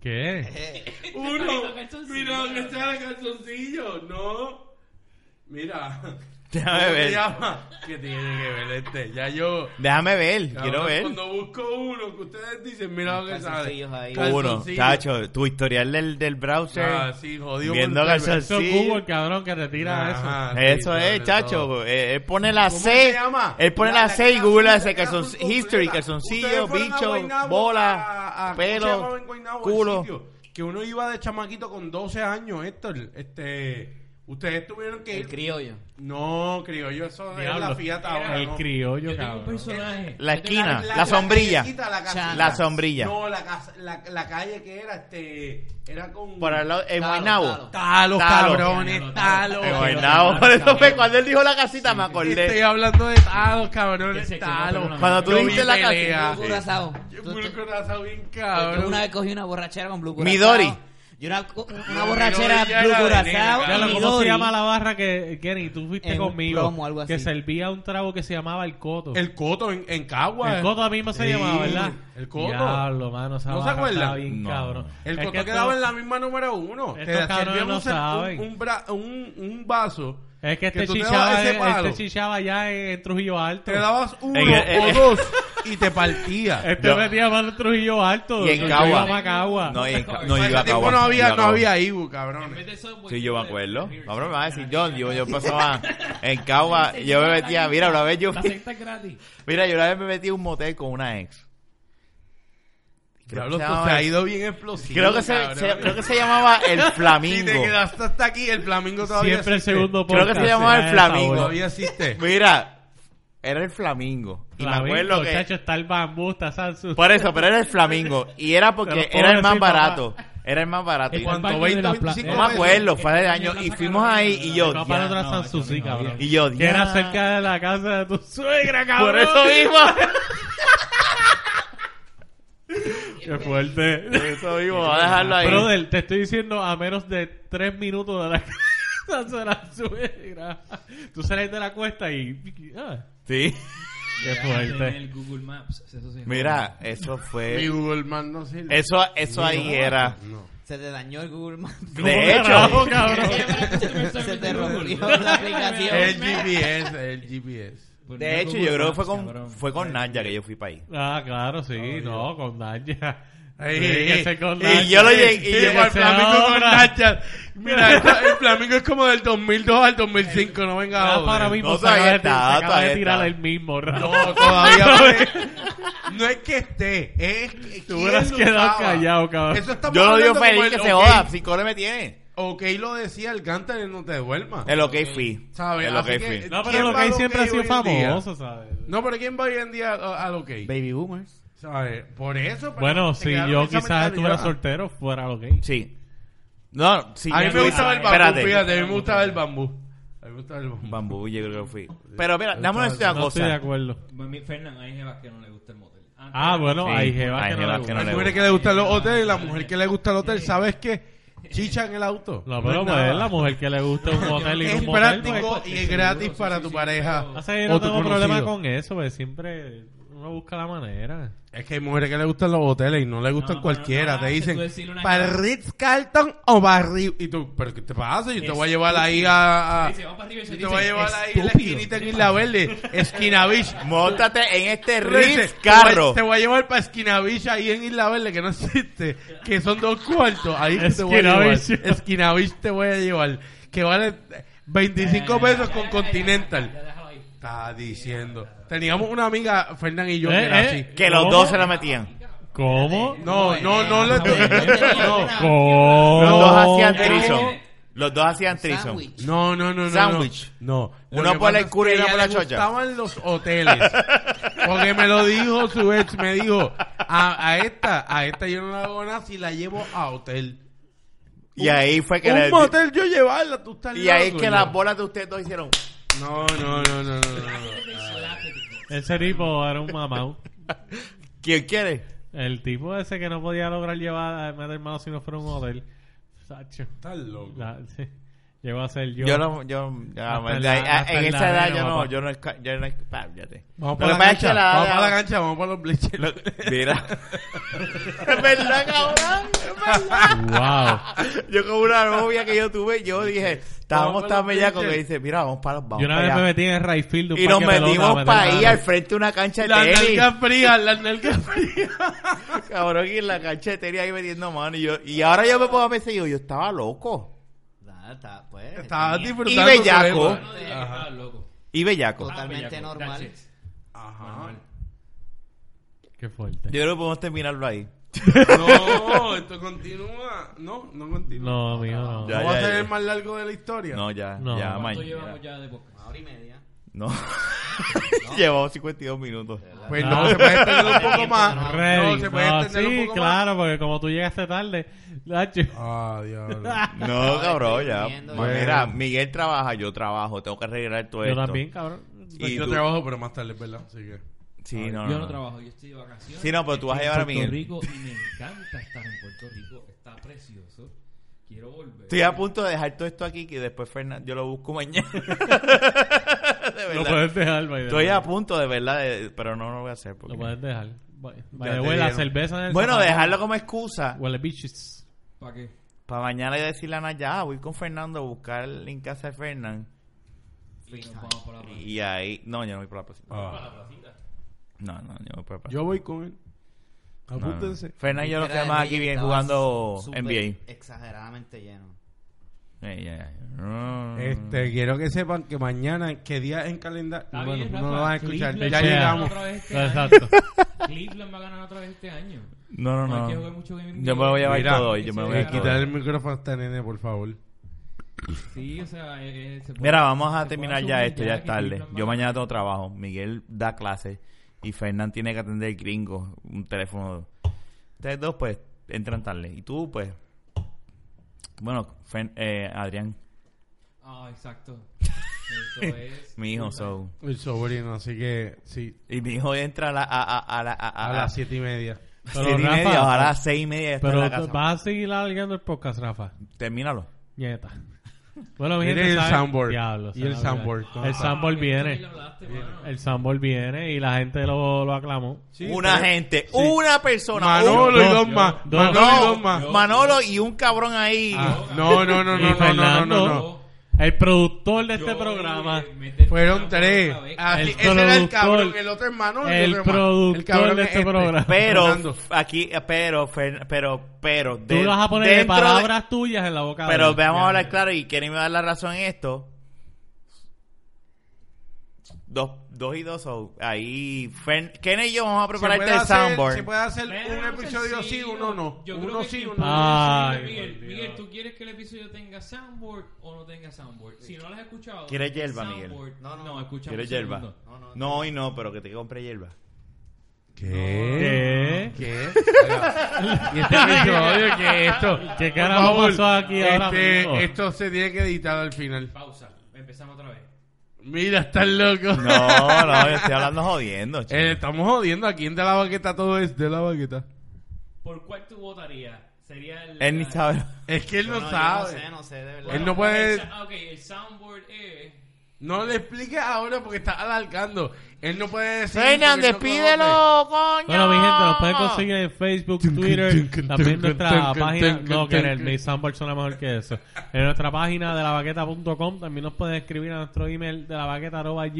¿Qué? Eh, Uno. Mira dónde está el calzoncillo. No. Mira. Déjame ¿Cómo se ver. llama? ¿Qué tiene que ver este? Ya yo. Déjame ver, quiero Cabrón, ver. Cuando busco uno que ustedes dicen, mira lo que sale. Calzoncillos ahí. Uno, Calzoncillo. tacho, tu historial del, del browser. Ah, sí, jodido. Viendo con el Eso calzoncillo. es Sí. Google, cabrón, que retira eso. Ajá, sí, Eso sobre es, chacho. todo. Eh, Él pone la ¿Cómo C. se llama? Él pone la, La- la C y clase- Google la hace clase calzon- completa. history, Ustedes calzoncillo, fueron a bicho, Guaynabo, a- bola, a- ¿cómo se llamaba pelo, en Guaynabo el culo. sitio? Que uno iba de chamaquito con 12 años, Héctor. Este, ustedes tuvieron que El ir. criollo. No, criollo, eso es la fiat ahora. el ¿no? criollo, Yo tengo un cabrón. personaje. La Yo tengo- esquina. la sombrilla. callecita, la casita. La sombrilla. No, la, casa- la, la calle que era, este, era con... Por al lado, en Talo, Guaynabo. talo. Talos, Talo. cabrones, talos. En Guaynabo. Por eso fue cuando él dijo la casita, me Estoy acordé. hablando de talos, Que cabrones, se quemó, pero talos. no. Cuando tú Yo vi dijiste la pelea. casita. Un curazao. Yo Tú- puro tú- corazón bien Yo cabrón. una vez cogí una borrachera con Blue Curazao. Midori. Yo una, co- una No, borrachera Midori ya era Blue de Curazao. nena, Ya, y lo- cabrón. ¿Cómo se Midori. llama la barra que, Kenny, tú fuiste En un conmigo? plomo, algo así. Que servía un trago que se llamaba el coto. El coto en, en Cagua. El coto a mí mismo se Sí, llamaba, ¿verdad? El coto. Diablo, mano, esa ¿No se barra acuerda? estaba bien No. cabrón. El Es coto que quedaba esto- en la misma número uno. Te estos cabrones servían no un, cer- un- saben. un, bra- un- un vaso. Es que este tú te chichaba, dabas ese palo, este chichaba ya en, en Trujillo Alto. Te dabas uno En el- o en- dos y te partía. Este Yo- metía mano en Trujillo Alto. Y en Yo Cagua. iba pa' Cagua. No, y en ca- O no, sea, yo iba ese a tiempo Cagua, yo no iba a había, no Cagua. había Ibu, En vez cabrones. de Subway, Sí, yo me tú de- acuerdo. Riverside. Cabrón, me va a decir, yo, yo, yo pasaba en Cagua, yo me metía, mira, una vez yo, La secta es gratis. mira, yo una vez me metí en un motel con una ex. Creo Diablo, que se esto llamaba- se ha ido bien explosivo. Creo que se, cabrón. se- creo que se llamaba el Y te Flamingo. quedaste hasta aquí, el flamingo todavía Siempre el existe. segundo Creo que podcast se Ah, llamaba será el de esa Flamingo. bola. Todavía existe. Mira, era el Flamingo. Y me Flamingo, acuerdo que Pues, chacho, está el bambú, está Samsung. Por eso, pero era el Flamingo. Y era porque Te lo puedo era el más decir, papá. barato. Era el más barato. Está el ¿Cuánto? baño de 20, la pla- 25 No me acuerdo, fue de Está año. en la Y casa fuimos cabrón, ahí de la- y de yo. la- Papá ya. no no, trazan eso su no sí, había. cabrón. Y yo, Que era ya. cerca de la casa de tu suegra, cabrón. Por eso mismo. Qué fuerte. Por eso mismo, voy a dejarlo ahí. Brother, te estoy diciendo a menos de tres minutos de la casa de la suegra. Tú sales de la cuesta y. ah, Sí. qué En fuerte. el Google Maps. Eso sí. Mira, eso Mi fue. Google Maps no sirve. Eso, eso ahí era. No. Se te dañó el Google Maps. De Carajo, hecho, cabrón. Se te rompió la El aplicación. GPS, el GPS. Pues de hecho, yo creo que fue con, fue con Naya que yo fui para ahí. Ah, claro, sí, no, con Naya. Ay, Tiene que ser con y Naya. yo lo llegué- y Tiene yo- que el ser Flamingo con ahora. Nacha. Mira, esto- el Flamingo es como del 2002 al 2005, no venga Ah, ahora. para mismo No, se acaba de, todavía está, se acaba todavía de tirar está. el mismo, No, Raúl. todavía no, no es que esté, es que Tú ¿quién hubieras lo quedado usaba? callado, cabrón. Eso estamos Yo lo digo hablando como feliz el que se ok. joda. Si core me tiene. Ok, lo decía el Gantel no te devuelva. El ok fui. ¿Sabes? El ok Así que- fui. No, pero ¿Quién lo que va hay al siempre ha OK sido hoy en día? famoso, ¿sabes? No, pero ¿quién va hoy en día a- al OK? Baby boomers. ¿Sabes? Por eso. pero Bueno, se si quedaron yo con esa quizás estuviera mentalidad. soltero, fuera lo que Sí. No, sí. A mí yo me fui. gustaba el bambú, Espérate. fíjate, a mí me gustaba el bambú. A mí me gustaba el bambú. Bambú, yo creo que fui. Pero mira, dame decir una No estoy de cosa. acuerdo. Pues Fernán, hay jevas que no le gusta el motel. Antes Ah, bueno, Sí, hay jevas hay que no jevas le que no La gustan. le mujer que le gustan los hoteles y la mujer que le gusta el hotel, ¿sabes qué? Chicha en el auto. No, es pero pues nada. la mujer que le gusta un hotel y Es un motel. práctico pues, y es gratis para tu pareja. o sea, yo o no tu tengo problema conocido. con eso, pues siempre uno busca la manera. Es que hay mujeres que le gustan los hoteles y no le gustan No, pero cualquiera. no, te no, dicen, tú decirle una ¿para cosa". Ritz Carlton o Barrio? Y tú, ¿pero qué te pasa? Yo te voy a llevar ahí a... a- Dice, vamos para arriba y se yo te voy a dice, llevar ahí a la "Estúpido". esquinita en Isla Verde, Esquina Beach. Móntate en este Te Ritz voy- carro. Te voy a llevar para Esquina Beach ahí en Isla Verde, que no existe. Que son dos cuartos. Ahí que te voy a Esquina llevar. Beach. Esquina Beach te voy a llevar. Que vale 25 pesos con Ya, Continental. déjalo ahí. Está diciendo. Teníamos una amiga, Fernán y yo, que Eh, era eh. así. Que los ¿Cómo? dos se la metían. ¿Cómo? No, no, no, le- no, ¿Cómo? Los dos hacían no. trison. Los dos hacían trison. Sándwich. no, no, no, no, no. Sándwich. No. Lo Uno que por la pasa es oscura y que ella por la le chocha. gustaban los hoteles. Porque me lo dijo su ex, me dijo, a, a esta, a esta yo no la hago nada si la llevo a hotel. Y ahí fue que un le- motel yo llevarla, tú estás Y ahí es loco, que yo. las bolas de ustedes dos hicieron. No, no, no, no, no, no. Ese tipo era un mamau. ¿Quién quiere? El tipo ese que no podía lograr llevar a meter mano si no fuera un hotel. Sacho. Estás loco. La- sí. Llegó a ser yo. Yo no, yo, ya, Hasta de la- ahí- a- hasta en la esa edad arena, yo no, papá. yo no, esca- yo no, esca- pa, fíjate. Vamos Lo para que la pasa es que cancha, la- vamos la- para la cancha, vamos para los bleachers. Lo- Mira. es verdad, cabrón. Es verdad. Wow. Yo con una novia que yo tuve, yo dije, estábamos Vamos para tan los bellacos que bleachers. dice, mira, vamos para los vamos Yo una para vez allá. me metí en el right field. de un Y nos parque de pelota, a metimos meter para mano. ahí al frente de una cancha de Las tenis. nalgas frías, las nalgas frías. Cabrón, y en la cancha de tenis ahí metiendo mano. Y, yo, y ahora yo me puedo pensar, y yo, yo estaba loco. Nada, está, pues, Estabas tenía- disfrutando. Y bellaco. se ve, No man. digas que estaba "Ah, loco. Y bellaco. Yo Totalmente normal. Ajá. Qué fuerte. creo que podemos terminarlo ahí. No, esto continúa. No, no continúa. No, amigo, no. Ya, ¿No va ya, a ser ya. el más largo de la historia? No, ya, No. ya, ¿Cuánto ¿Cuánto mañana. llevamos ya de podcast? Una hora y media. No. Llevamos 52 minutos. Pues No. no, se puede extender un poco más. Ready. No, se puede No, extender sí, un poco más. claro, porque como tú llegaste tarde, Nacho. Ah, diablo. No, cabrón, estoy ya. durmiendo, Pues ya. Mira, Miguel trabaja, yo trabajo, tengo que arreglar todo Yo esto. también, cabrón. Y Pues Yo tú- trabajo, pero más tarde, ¿verdad? Así que... Sí, no, yo no, no no. trabajo, yo estoy de vacaciones. Sí, no, pero tú vas a Estoy llevar a en Miguel. Puerto Rico y me encanta estar en Puerto Rico, está precioso. Quiero volver. Estoy a punto de dejar todo esto aquí que después Fernando, yo lo busco mañana. de Lo verdad. puedes dejar, by the Pues Estoy way. a punto de verdad, de- pero no lo voy a hacer. porque- Lo puedes dejar. By- by Ya the te way, la dieron. cerveza en el Bueno, zapato. dejarlo como excusa Huele bitches. ¿Para qué? para mañana yo decirle a Naya, ah, voy con Fernando a buscar en casa de Fernán. Y Pues nos vamos para la playa. Y ahí, no, yo no voy por la próxima. Ah. No, no, yo voy por la próxima. Yo voy con él. Apúntense. Fernán y yo nos Era de quedamos Magic, aquí bien estaba jugando súper NBA. Exageradamente lleno. Eh, ya, ya. Mm. Este, quiero que sepan que mañana, que día en calendario, Está bueno, bien, no lo Rafa, van a escuchar, Cleveland ya va a ganar llegamos. otra vez este año. Exacto. Cleveland va a ganar otra vez este año. No, no, No hay que no. jugar mucho gaming Yo me lo voy a llevar Mira, todo hoy. Yo me lo voy a eh, Voy a llevar quitar todo. el micrófono a esta nene, por favor. Sí, o sea, eh, eh, se puede- Mira, vamos se a puede terminar ya asumir esto, ya es que tarde. Cleveland va Yo a- mañana tengo trabajo. Miguel da clases y Fernán tiene que atender el gringo, un teléfono. Ustedes dos, pues, entran tarde. Y tú, pues, Bueno, Fen- eh, Adrián, Ah, exacto. Eso es. mi hijo, so. El sobrino, así que sí. Y mi hijo entra a, la, a, a, a, la- a, A las siete y media. siete y media, ojalá a las seis y media ya está en Pero la tú- casa. vas a seguir alargando el podcast, Rafa. Termínalo. Nieta. Bueno, mi Mira gente, el ¿saben? soundboard. Diablo, Y se el me olvidó. soundboard, ¿cómo El está? Ah, soundboard Ahí viene. lo hablaste, mano. El soundboard viene y la gente lo, lo aclamó. una gente, una persona, Manolo un- y dos más. dos. Manolo y dos más. Manolo y un cabrón ahí. Ah, No, Y no, no, no, no, no, no, Fernando, no, no. El productor de este Yo, programa. eh, meter- Fueron tres. otra vez. Ah, El sí, ese era el productor- cabrón. El otro es Manolo. y el otro es Manolo. productor cabrón de es este programa. Pero, Fernando. aquí, pero, Fer- pero, pero. Tú de- vas a poner dentro de- palabras tuyas en la boca de Pero él. veamos Ya, ahora ya. claro y quién me da la razón en esto. Dos, dos y dos son ahí. Fern, Ken y yo vamos a Se preparar puede este hacer- soundboard. Se puede hacer Pero un no episodio sí, pues sencillo. uno no. Yo creo Uno que sí, quien uno puede no. Ay, decirle, Miguel, por Miguel, Dios. ¿tú quieres que el episodio tenga soundboard o no tenga soundboard? Si no lo has escuchado. ¿Quieres hierba, soundboard- Miguel? No, No, no. no, escucha ¿Quieres un hierba? segundo. No, hoy no, pero que te compre hierba. ¿Qué? ¿Qué? ¿Qué? ¿Y este episodio qué es esto? ¿Qué carajo pasó aquí ahora este, mismo? Esto se tiene que editar al final. Pausa. Empezamos otra vez. Mira, estás loco. No, no, yo estoy hablando jodiendo. chico. Eh, estamos jodiendo aquí en De La Baqueta todo es De La Baqueta. ¿Por cuál tú votarías? Sería el. Él ni sabe. Es que él no, yo sabe. No sé, no sé, de verdad. Él no El puede. sa- ah, ok, el soundboard es. No le expliques ahora porque está alargando. Él no puede decir. Fernan, porque él no despídelo, coño. Bueno, mi gente, nos pueden conseguir en Facebook, Twitter, también nuestra página. No, que en el mi soundboard suena mejor que eso. En nuestra página de lavaqueta.com. También nos pueden escribir a nuestro email de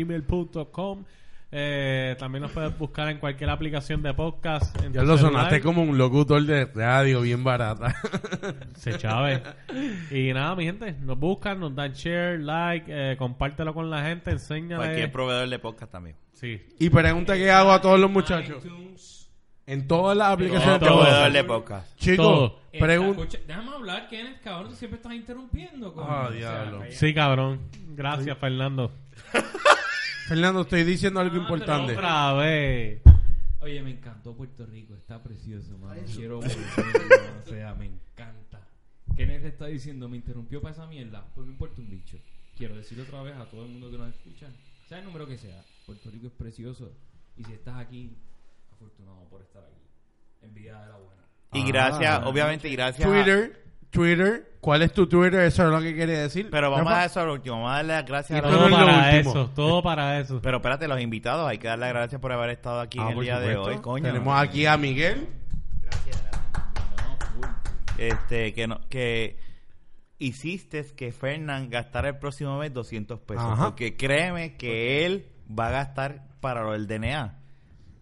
lavaqueta.gmail.com. Eh, también nos pueden buscar en cualquier aplicación de podcast. en conoce. Ya tu lo celular. sonaste como un locutor de radio bien barata. Se chave. Y nada, mi gente, nos buscan, nos dan share, like, eh, compártelo con la gente, enséñale. Cualquier proveedor de podcast también. Sí. y pregunta que hago a todos los muchachos. iTunes. En todas las aplicaciones Todo. de podcast. Proveedor de podcast. Chicos, Todo. Está- pregunta. escucha- Déjame hablar, Kenneth, cabrón. Tú siempre estás interrumpiendo. coño. Ah, O sea, diablo. calla. Sí, cabrón. Gracias, Fernando. Fernando, estoy diciendo algo importante. Otra vez. Oye, me encantó Puerto Rico, está precioso, mano. Quiero volver, mano. o sea, me encanta. ¿Qué te está diciendo? ¿Me interrumpió para esa mierda? Pues me importa un bicho. Quiero decir otra vez a todo el mundo que nos escucha, sea el número que sea, Puerto Rico es precioso. Y si estás aquí, afortunado por estar aquí. Envidia de la buena. Y Ah. gracias, obviamente, gracias. a- Twitter, Twitter. ¿Cuál es tu Twitter? Eso es lo que quería decir. Pero vamos a Rafa. dar eso al último. Vamos a darle las gracias a Y los- todo Todo es lo para último. eso, todo para eso. Pero espérate, los invitados, hay que darle las gracias por haber estado aquí Ah, en el por día supuesto. de hoy, coño. Tenemos aquí a Miguel. este que no, que hiciste que Fernán gastara el próximo mes 200 pesos, Ajá. porque créeme que él va a gastar para lo del DNA.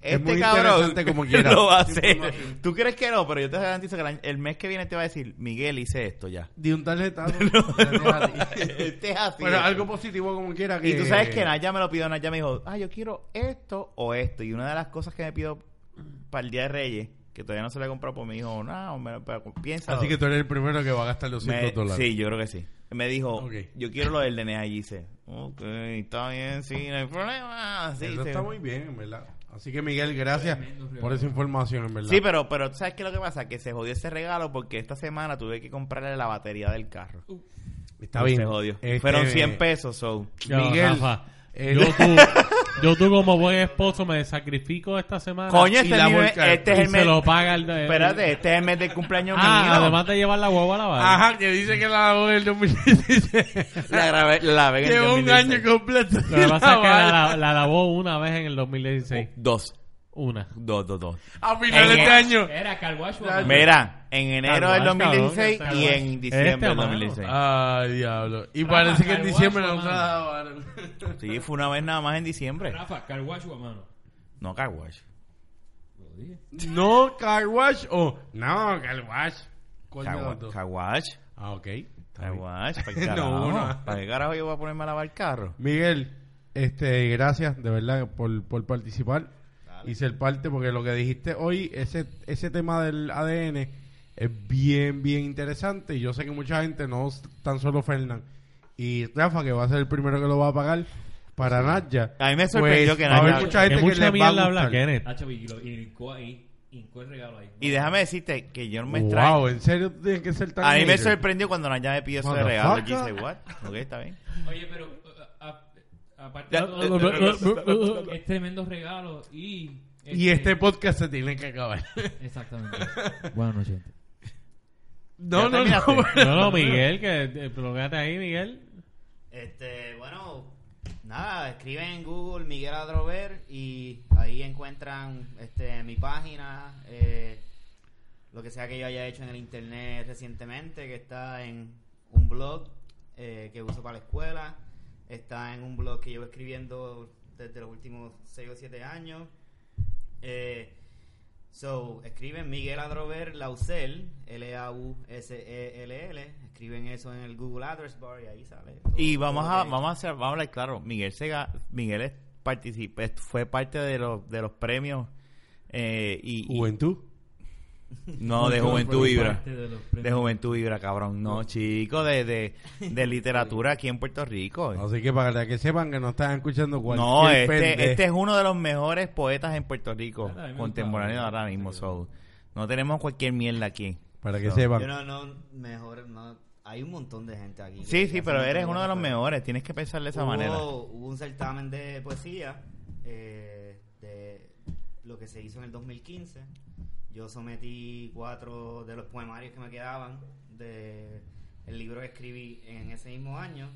Es Este muy cabrón interesante como quiera. lo va a hacer. Tú crees que no, pero yo te garantizo que el año- el mes que viene te va a decir, Miguel, hice esto ya. De un tarjetazo. este es así. Pero algo positivo como quiera. Que... Y tú sabes Eh. que Naya me lo pidió, Naya me dijo, ah, yo quiero esto o esto. Y una de las cosas que me pidió para el Día de Reyes, que todavía no se le compró, pues me dijo, no, me, pero piensa. Así que tú eres el primero que va a gastar los 100 Me- dólares. Sí, yo creo que sí. Me dijo, Ok. yo quiero lo del DNA y dice, ok, está bien, sí, no hay problema. Sí, Eso sí. está muy bien, en verdad. Así que Miguel, gracias Tremendo regalo. por esa información, en verdad. Sí, pero, pero ¿tú ¿sabes qué es lo que pasa? Que se jodió ese regalo porque esta semana tuve que comprarle la batería del carro. Está bien. Se jodió. Este, Fueron 100 pesos, so. Ya, Miguel, Rafa, eh, yo, tú, yo tú como buen esposo me sacrifico esta semana. Coño, y este, la es mi mes- volcar. este es y el mes. se lo paga el... el- Espérate, este es el mes del cumpleaños mío. Ah, además de llevar la huevo a la barra. Ajá, que dice que la voz del 2016 La grabé, la grabé en el lleva un 2016. año completo. Lo que pasa es que la, vara. la- la lavó una vez en el 2016. Dos, Una. dos, dos, dos. A finales En- de año. Era Carwash Mira, en enero del Carwash, cabrón, 2016 este y Carwash. en diciembre Este, del mano. 2016. Ah. Ay, diablo. Y Rafa, parece que en Carwash, diciembre no mano. se la daban. Sí, fue una vez nada más en diciembre. Rafa, Carwash mano. No, Carwash. Lo dije. No car wash o no car wash. ¿Cuál de los Carwa- dos? Carwash. Ah, ok. Ay, guach, ¿para qué No, carajo? uno. ¿Para qué carajo yo voy a ponerme a lavar el carro? Miguel, este, gracias de verdad por, por participar y ser parte, porque lo que dijiste hoy, ese, ese tema del ADN es bien, bien interesante. Y yo sé que mucha gente, no s- tan solo Fernán y Rafa, que va a ser el primero que lo va a pagar para Nadia. A mí me sorprendió que va Pues, a haber Nadia- mucha gente que que mucha les va a mierda habla gustar. Kenneth. Ah, chavi, y lo- y lo- y y encuentra el regalo ahí. Y déjame decirte que yo no me extraño. Wow, en serio tiene que ser tan. A mí me hater? sorprendió cuando Naya me pidió ese Motherfucker. regalo. Yo dije, what? Ok, está bien. Oye, pero a- a- aparte Ya, eh, eh, es tremendo regalo y Y este podcast se tiene que acabar. este- exactamente. Buenas noches. gente. No, no, terminaste? no. No, no, Miguel, que eh, bloqueate ahí, Miguel. Este, bueno, nada, escriben en Google Miguel Adrover y ahí encuentran este, mi página, eh, lo que sea que yo haya hecho en el internet recientemente, que está en un blog eh, que uso para la escuela, está en un blog que llevo escribiendo desde los últimos 6 o 7 años. Eh, So, escriben Miguel Adrover Lausel, L-A-U-S-E-L-L, E escriben eso en el Google Address Bar y ahí sale. todo- Y vamos todo a, lo que- vamos a hacer, vamos a hablar claro. Miguel Sega, Miguel es- participó, es- fue parte de los, de los premios eh, y, y- Juventud. no de Juventud Fue Vibra. parte de los premios. De Juventud Vibra, cabrón. No, chico, de, de, de literatura aquí en Puerto Rico. Así que para que sepan que no están escuchando cualquier No, este, pende- este es uno de los mejores poetas en Puerto Rico, Ah, a mí me contemporáneo gusta. ahora mismo. so, no tenemos cualquier mierda aquí. Para que So. sepan. Yo no, no, mejor, no, hay un montón de gente aquí. Sí, sí, pero eres uno de los mejores mejores. Tienes que pensar de esa Oh. hubo, manera. Hubo un certamen de poesía eh, de lo que se hizo en el 2015. Yo sometí cuatro de los poemarios que me quedaban de el libro que escribí en ese mismo año.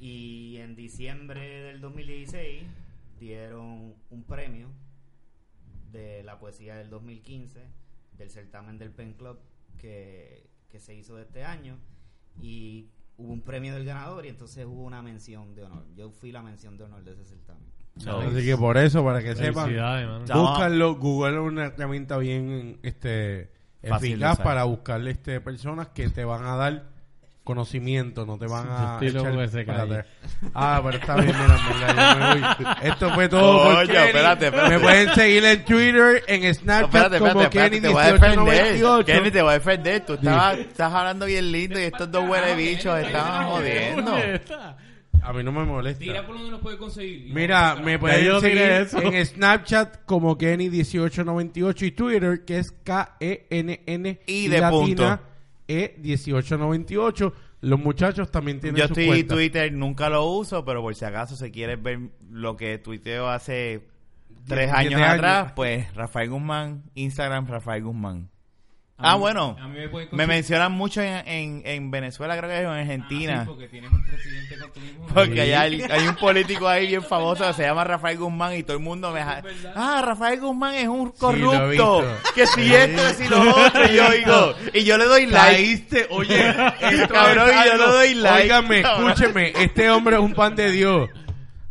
Y en diciembre del 2016 dieron un premio de la poesía del 2015 del certamen del Pen Club que, que se hizo de este año y hubo un premio del ganador y entonces hubo una mención de honor. Yo fui la mención de honor de ese certamen. So, Así que por eso, para que sepan, Felicidades, mano. Chao. búscalo. Google es una herramienta bien este, Fácil de eficaz usar. para buscarle este, personas que te van a dar conocimiento, no te van a. Yo estoy loco que se Espérate. calle. Ah, pero está bien, mira, en verdad, yo me voy. Esto fue todo. por Coño, Kenny. espérate, espérate. Me pueden seguir en Twitter, en No, Snapchat espérate, espérate, como espérate, te voy a defender. Kenny1898. Kenny, te voy a defender. Tú estabas, estás hablando bien lindo y estos dos huele bichos estaban jodiendo. Oye, está. A mí no me molesta. Tira por donde nos puede conseguir. Y Mira, vamos a me buscar. pueden yo seguir diré eso. en Snapchat como Kenny1898 y Twitter que es E K-E-N-N Y de punto. E1898. Los muchachos también tienen Yo sus estoy cuentas. Twitter, nunca lo uso, pero por si acaso se quieres ver lo que tuiteo hace tres Diez- años diez años. atrás, pues Rafael Guzmán, Instagram Rafael Guzmán. A Ah, mí- bueno. a mí me, pueden Me conseguir- mencionan mucho en, en, en Venezuela, creo que es o en Ah, Argentina. sí, porque tienes un presidente con tu mismo Porque hay, al- hay un político ahí bien famoso que se llama Rafael Guzmán y todo el mundo me ja- verdad. Ah, Rafael Guzmán es un lo he corrupto. visto. que si esto, que si lo otro, y yo digo. Y yo le doy like. Caíste, oye, esto Cabrón, es yo algo- no doy like. Óigame, Cabrón. escúcheme, este hombre es un pan de Dios.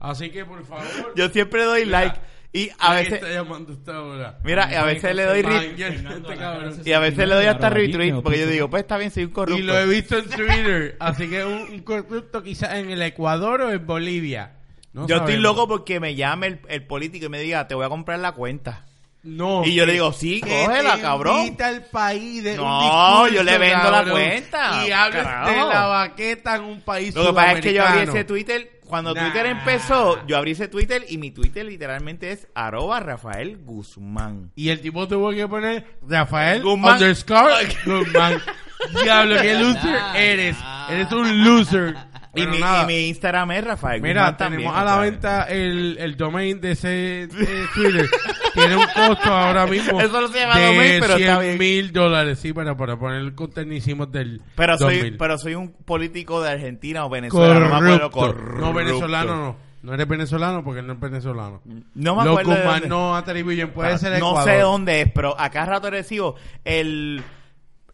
Así que, por favor, Yo siempre doy like. Y a ¿quién está veces. llamando a esta hora? Mira, y a veces le doy Man, retweet. este cabrón. Y a veces le doy hasta Arroba retweet. Gmail, Porque yo punto. digo, pues está bien, soy un corrupto. Y lo he visto en Twitter. Así que un, un corrupto quizás en el Ecuador o en Bolivia. No yo estoy sabemos. loco porque me llame el, el político y me diga, te voy a comprar la cuenta. No. Y yo le digo, sí, cógela, cabrón. Invita al país de un No, discurso, yo le vendo la cabrón. cuenta. Y hables Carajo. de la baqueta en un país Lo que pasa es que yo abrí sudamericano. ese Twitter, cuando Nah. Twitter empezó, yo abrí ese Twitter y mi Twitter literalmente es arroba Rafael Guzmán. Y el tipo tuvo que poner Rafael Guzmán. underscore Guzmán. Diablo, qué loser Nah, eres. nah. Eres un loser. Y Pero mi, nada. y mi Instagram es Rafael Mira, Guzmán también. tenemos a la o sea, venta el, el domain de ese de Twitter. Tiene un costo ahora mismo Eso no se llama de domain, pero está bien. mil dólares. Sí, para, para poner el contenido hicimos del Pero soy, 2000. pero soy un político de Argentina o Venezuela. corrupto. No me acuerdo, No, corrupto. venezolano no. No eres venezolano porque no es venezolano. No me Los acuerdo de Guzmán dónde. Ah, no atribuyen. Puede ser no Ecuador. sé dónde es, pero acá rato recibo el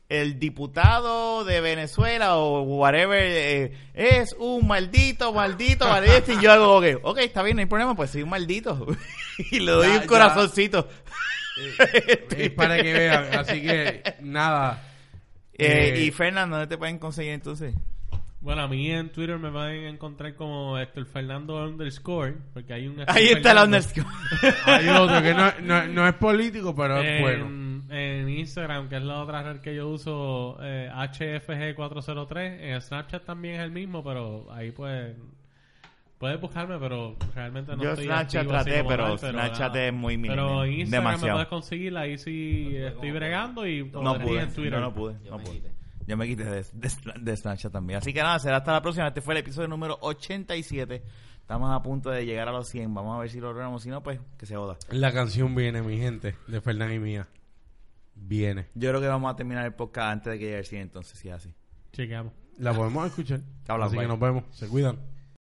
el diputado de Venezuela o whatever eh, es un maldito, maldito, maldito. Y yo hago, ok, ok, está bien, no hay problema, pues soy un maldito. y le doy Ya, un ya. corazoncito. Es para que vean. Así que, nada. Eh, Eh, y Fernando, ¿dónde te pueden conseguir entonces? Bueno, a mí en Twitter me van a encontrar como Héctor Fernando underscore, porque hay un... Ahí está la Fernando. underscore. Hay otro que no, no, no es político, pero es En, bueno. en Instagram, que es la otra red que yo uso, eh, HFG403. En Snapchat también es el mismo, pero ahí pues Puedes buscarme, pero realmente no Yo estoy Snapchat activo así traté, como pero tal, Snapchat nada. es muy mínimo. Pero en Instagram me Demasiado. puedes conseguir, ahí sí estoy bregando y No podrías pude. en Twitter. Yo no pude. Yo No me pude. quité. Yo me quité de, de, de Snapchat también. Así que nada, será hasta la próxima. Este fue el episodio número 87. Estamos a punto de llegar a los 100. Vamos a ver si lo logramos. Si no, pues que se joda. La canción viene, mi gente, de Fernán y mía. Viene. Yo creo que vamos a terminar el podcast antes de que llegue el 100, entonces, si es así. Chequeamos. La podemos escuchar. Hablamos, Así que bye. nos vemos. Se cuidan.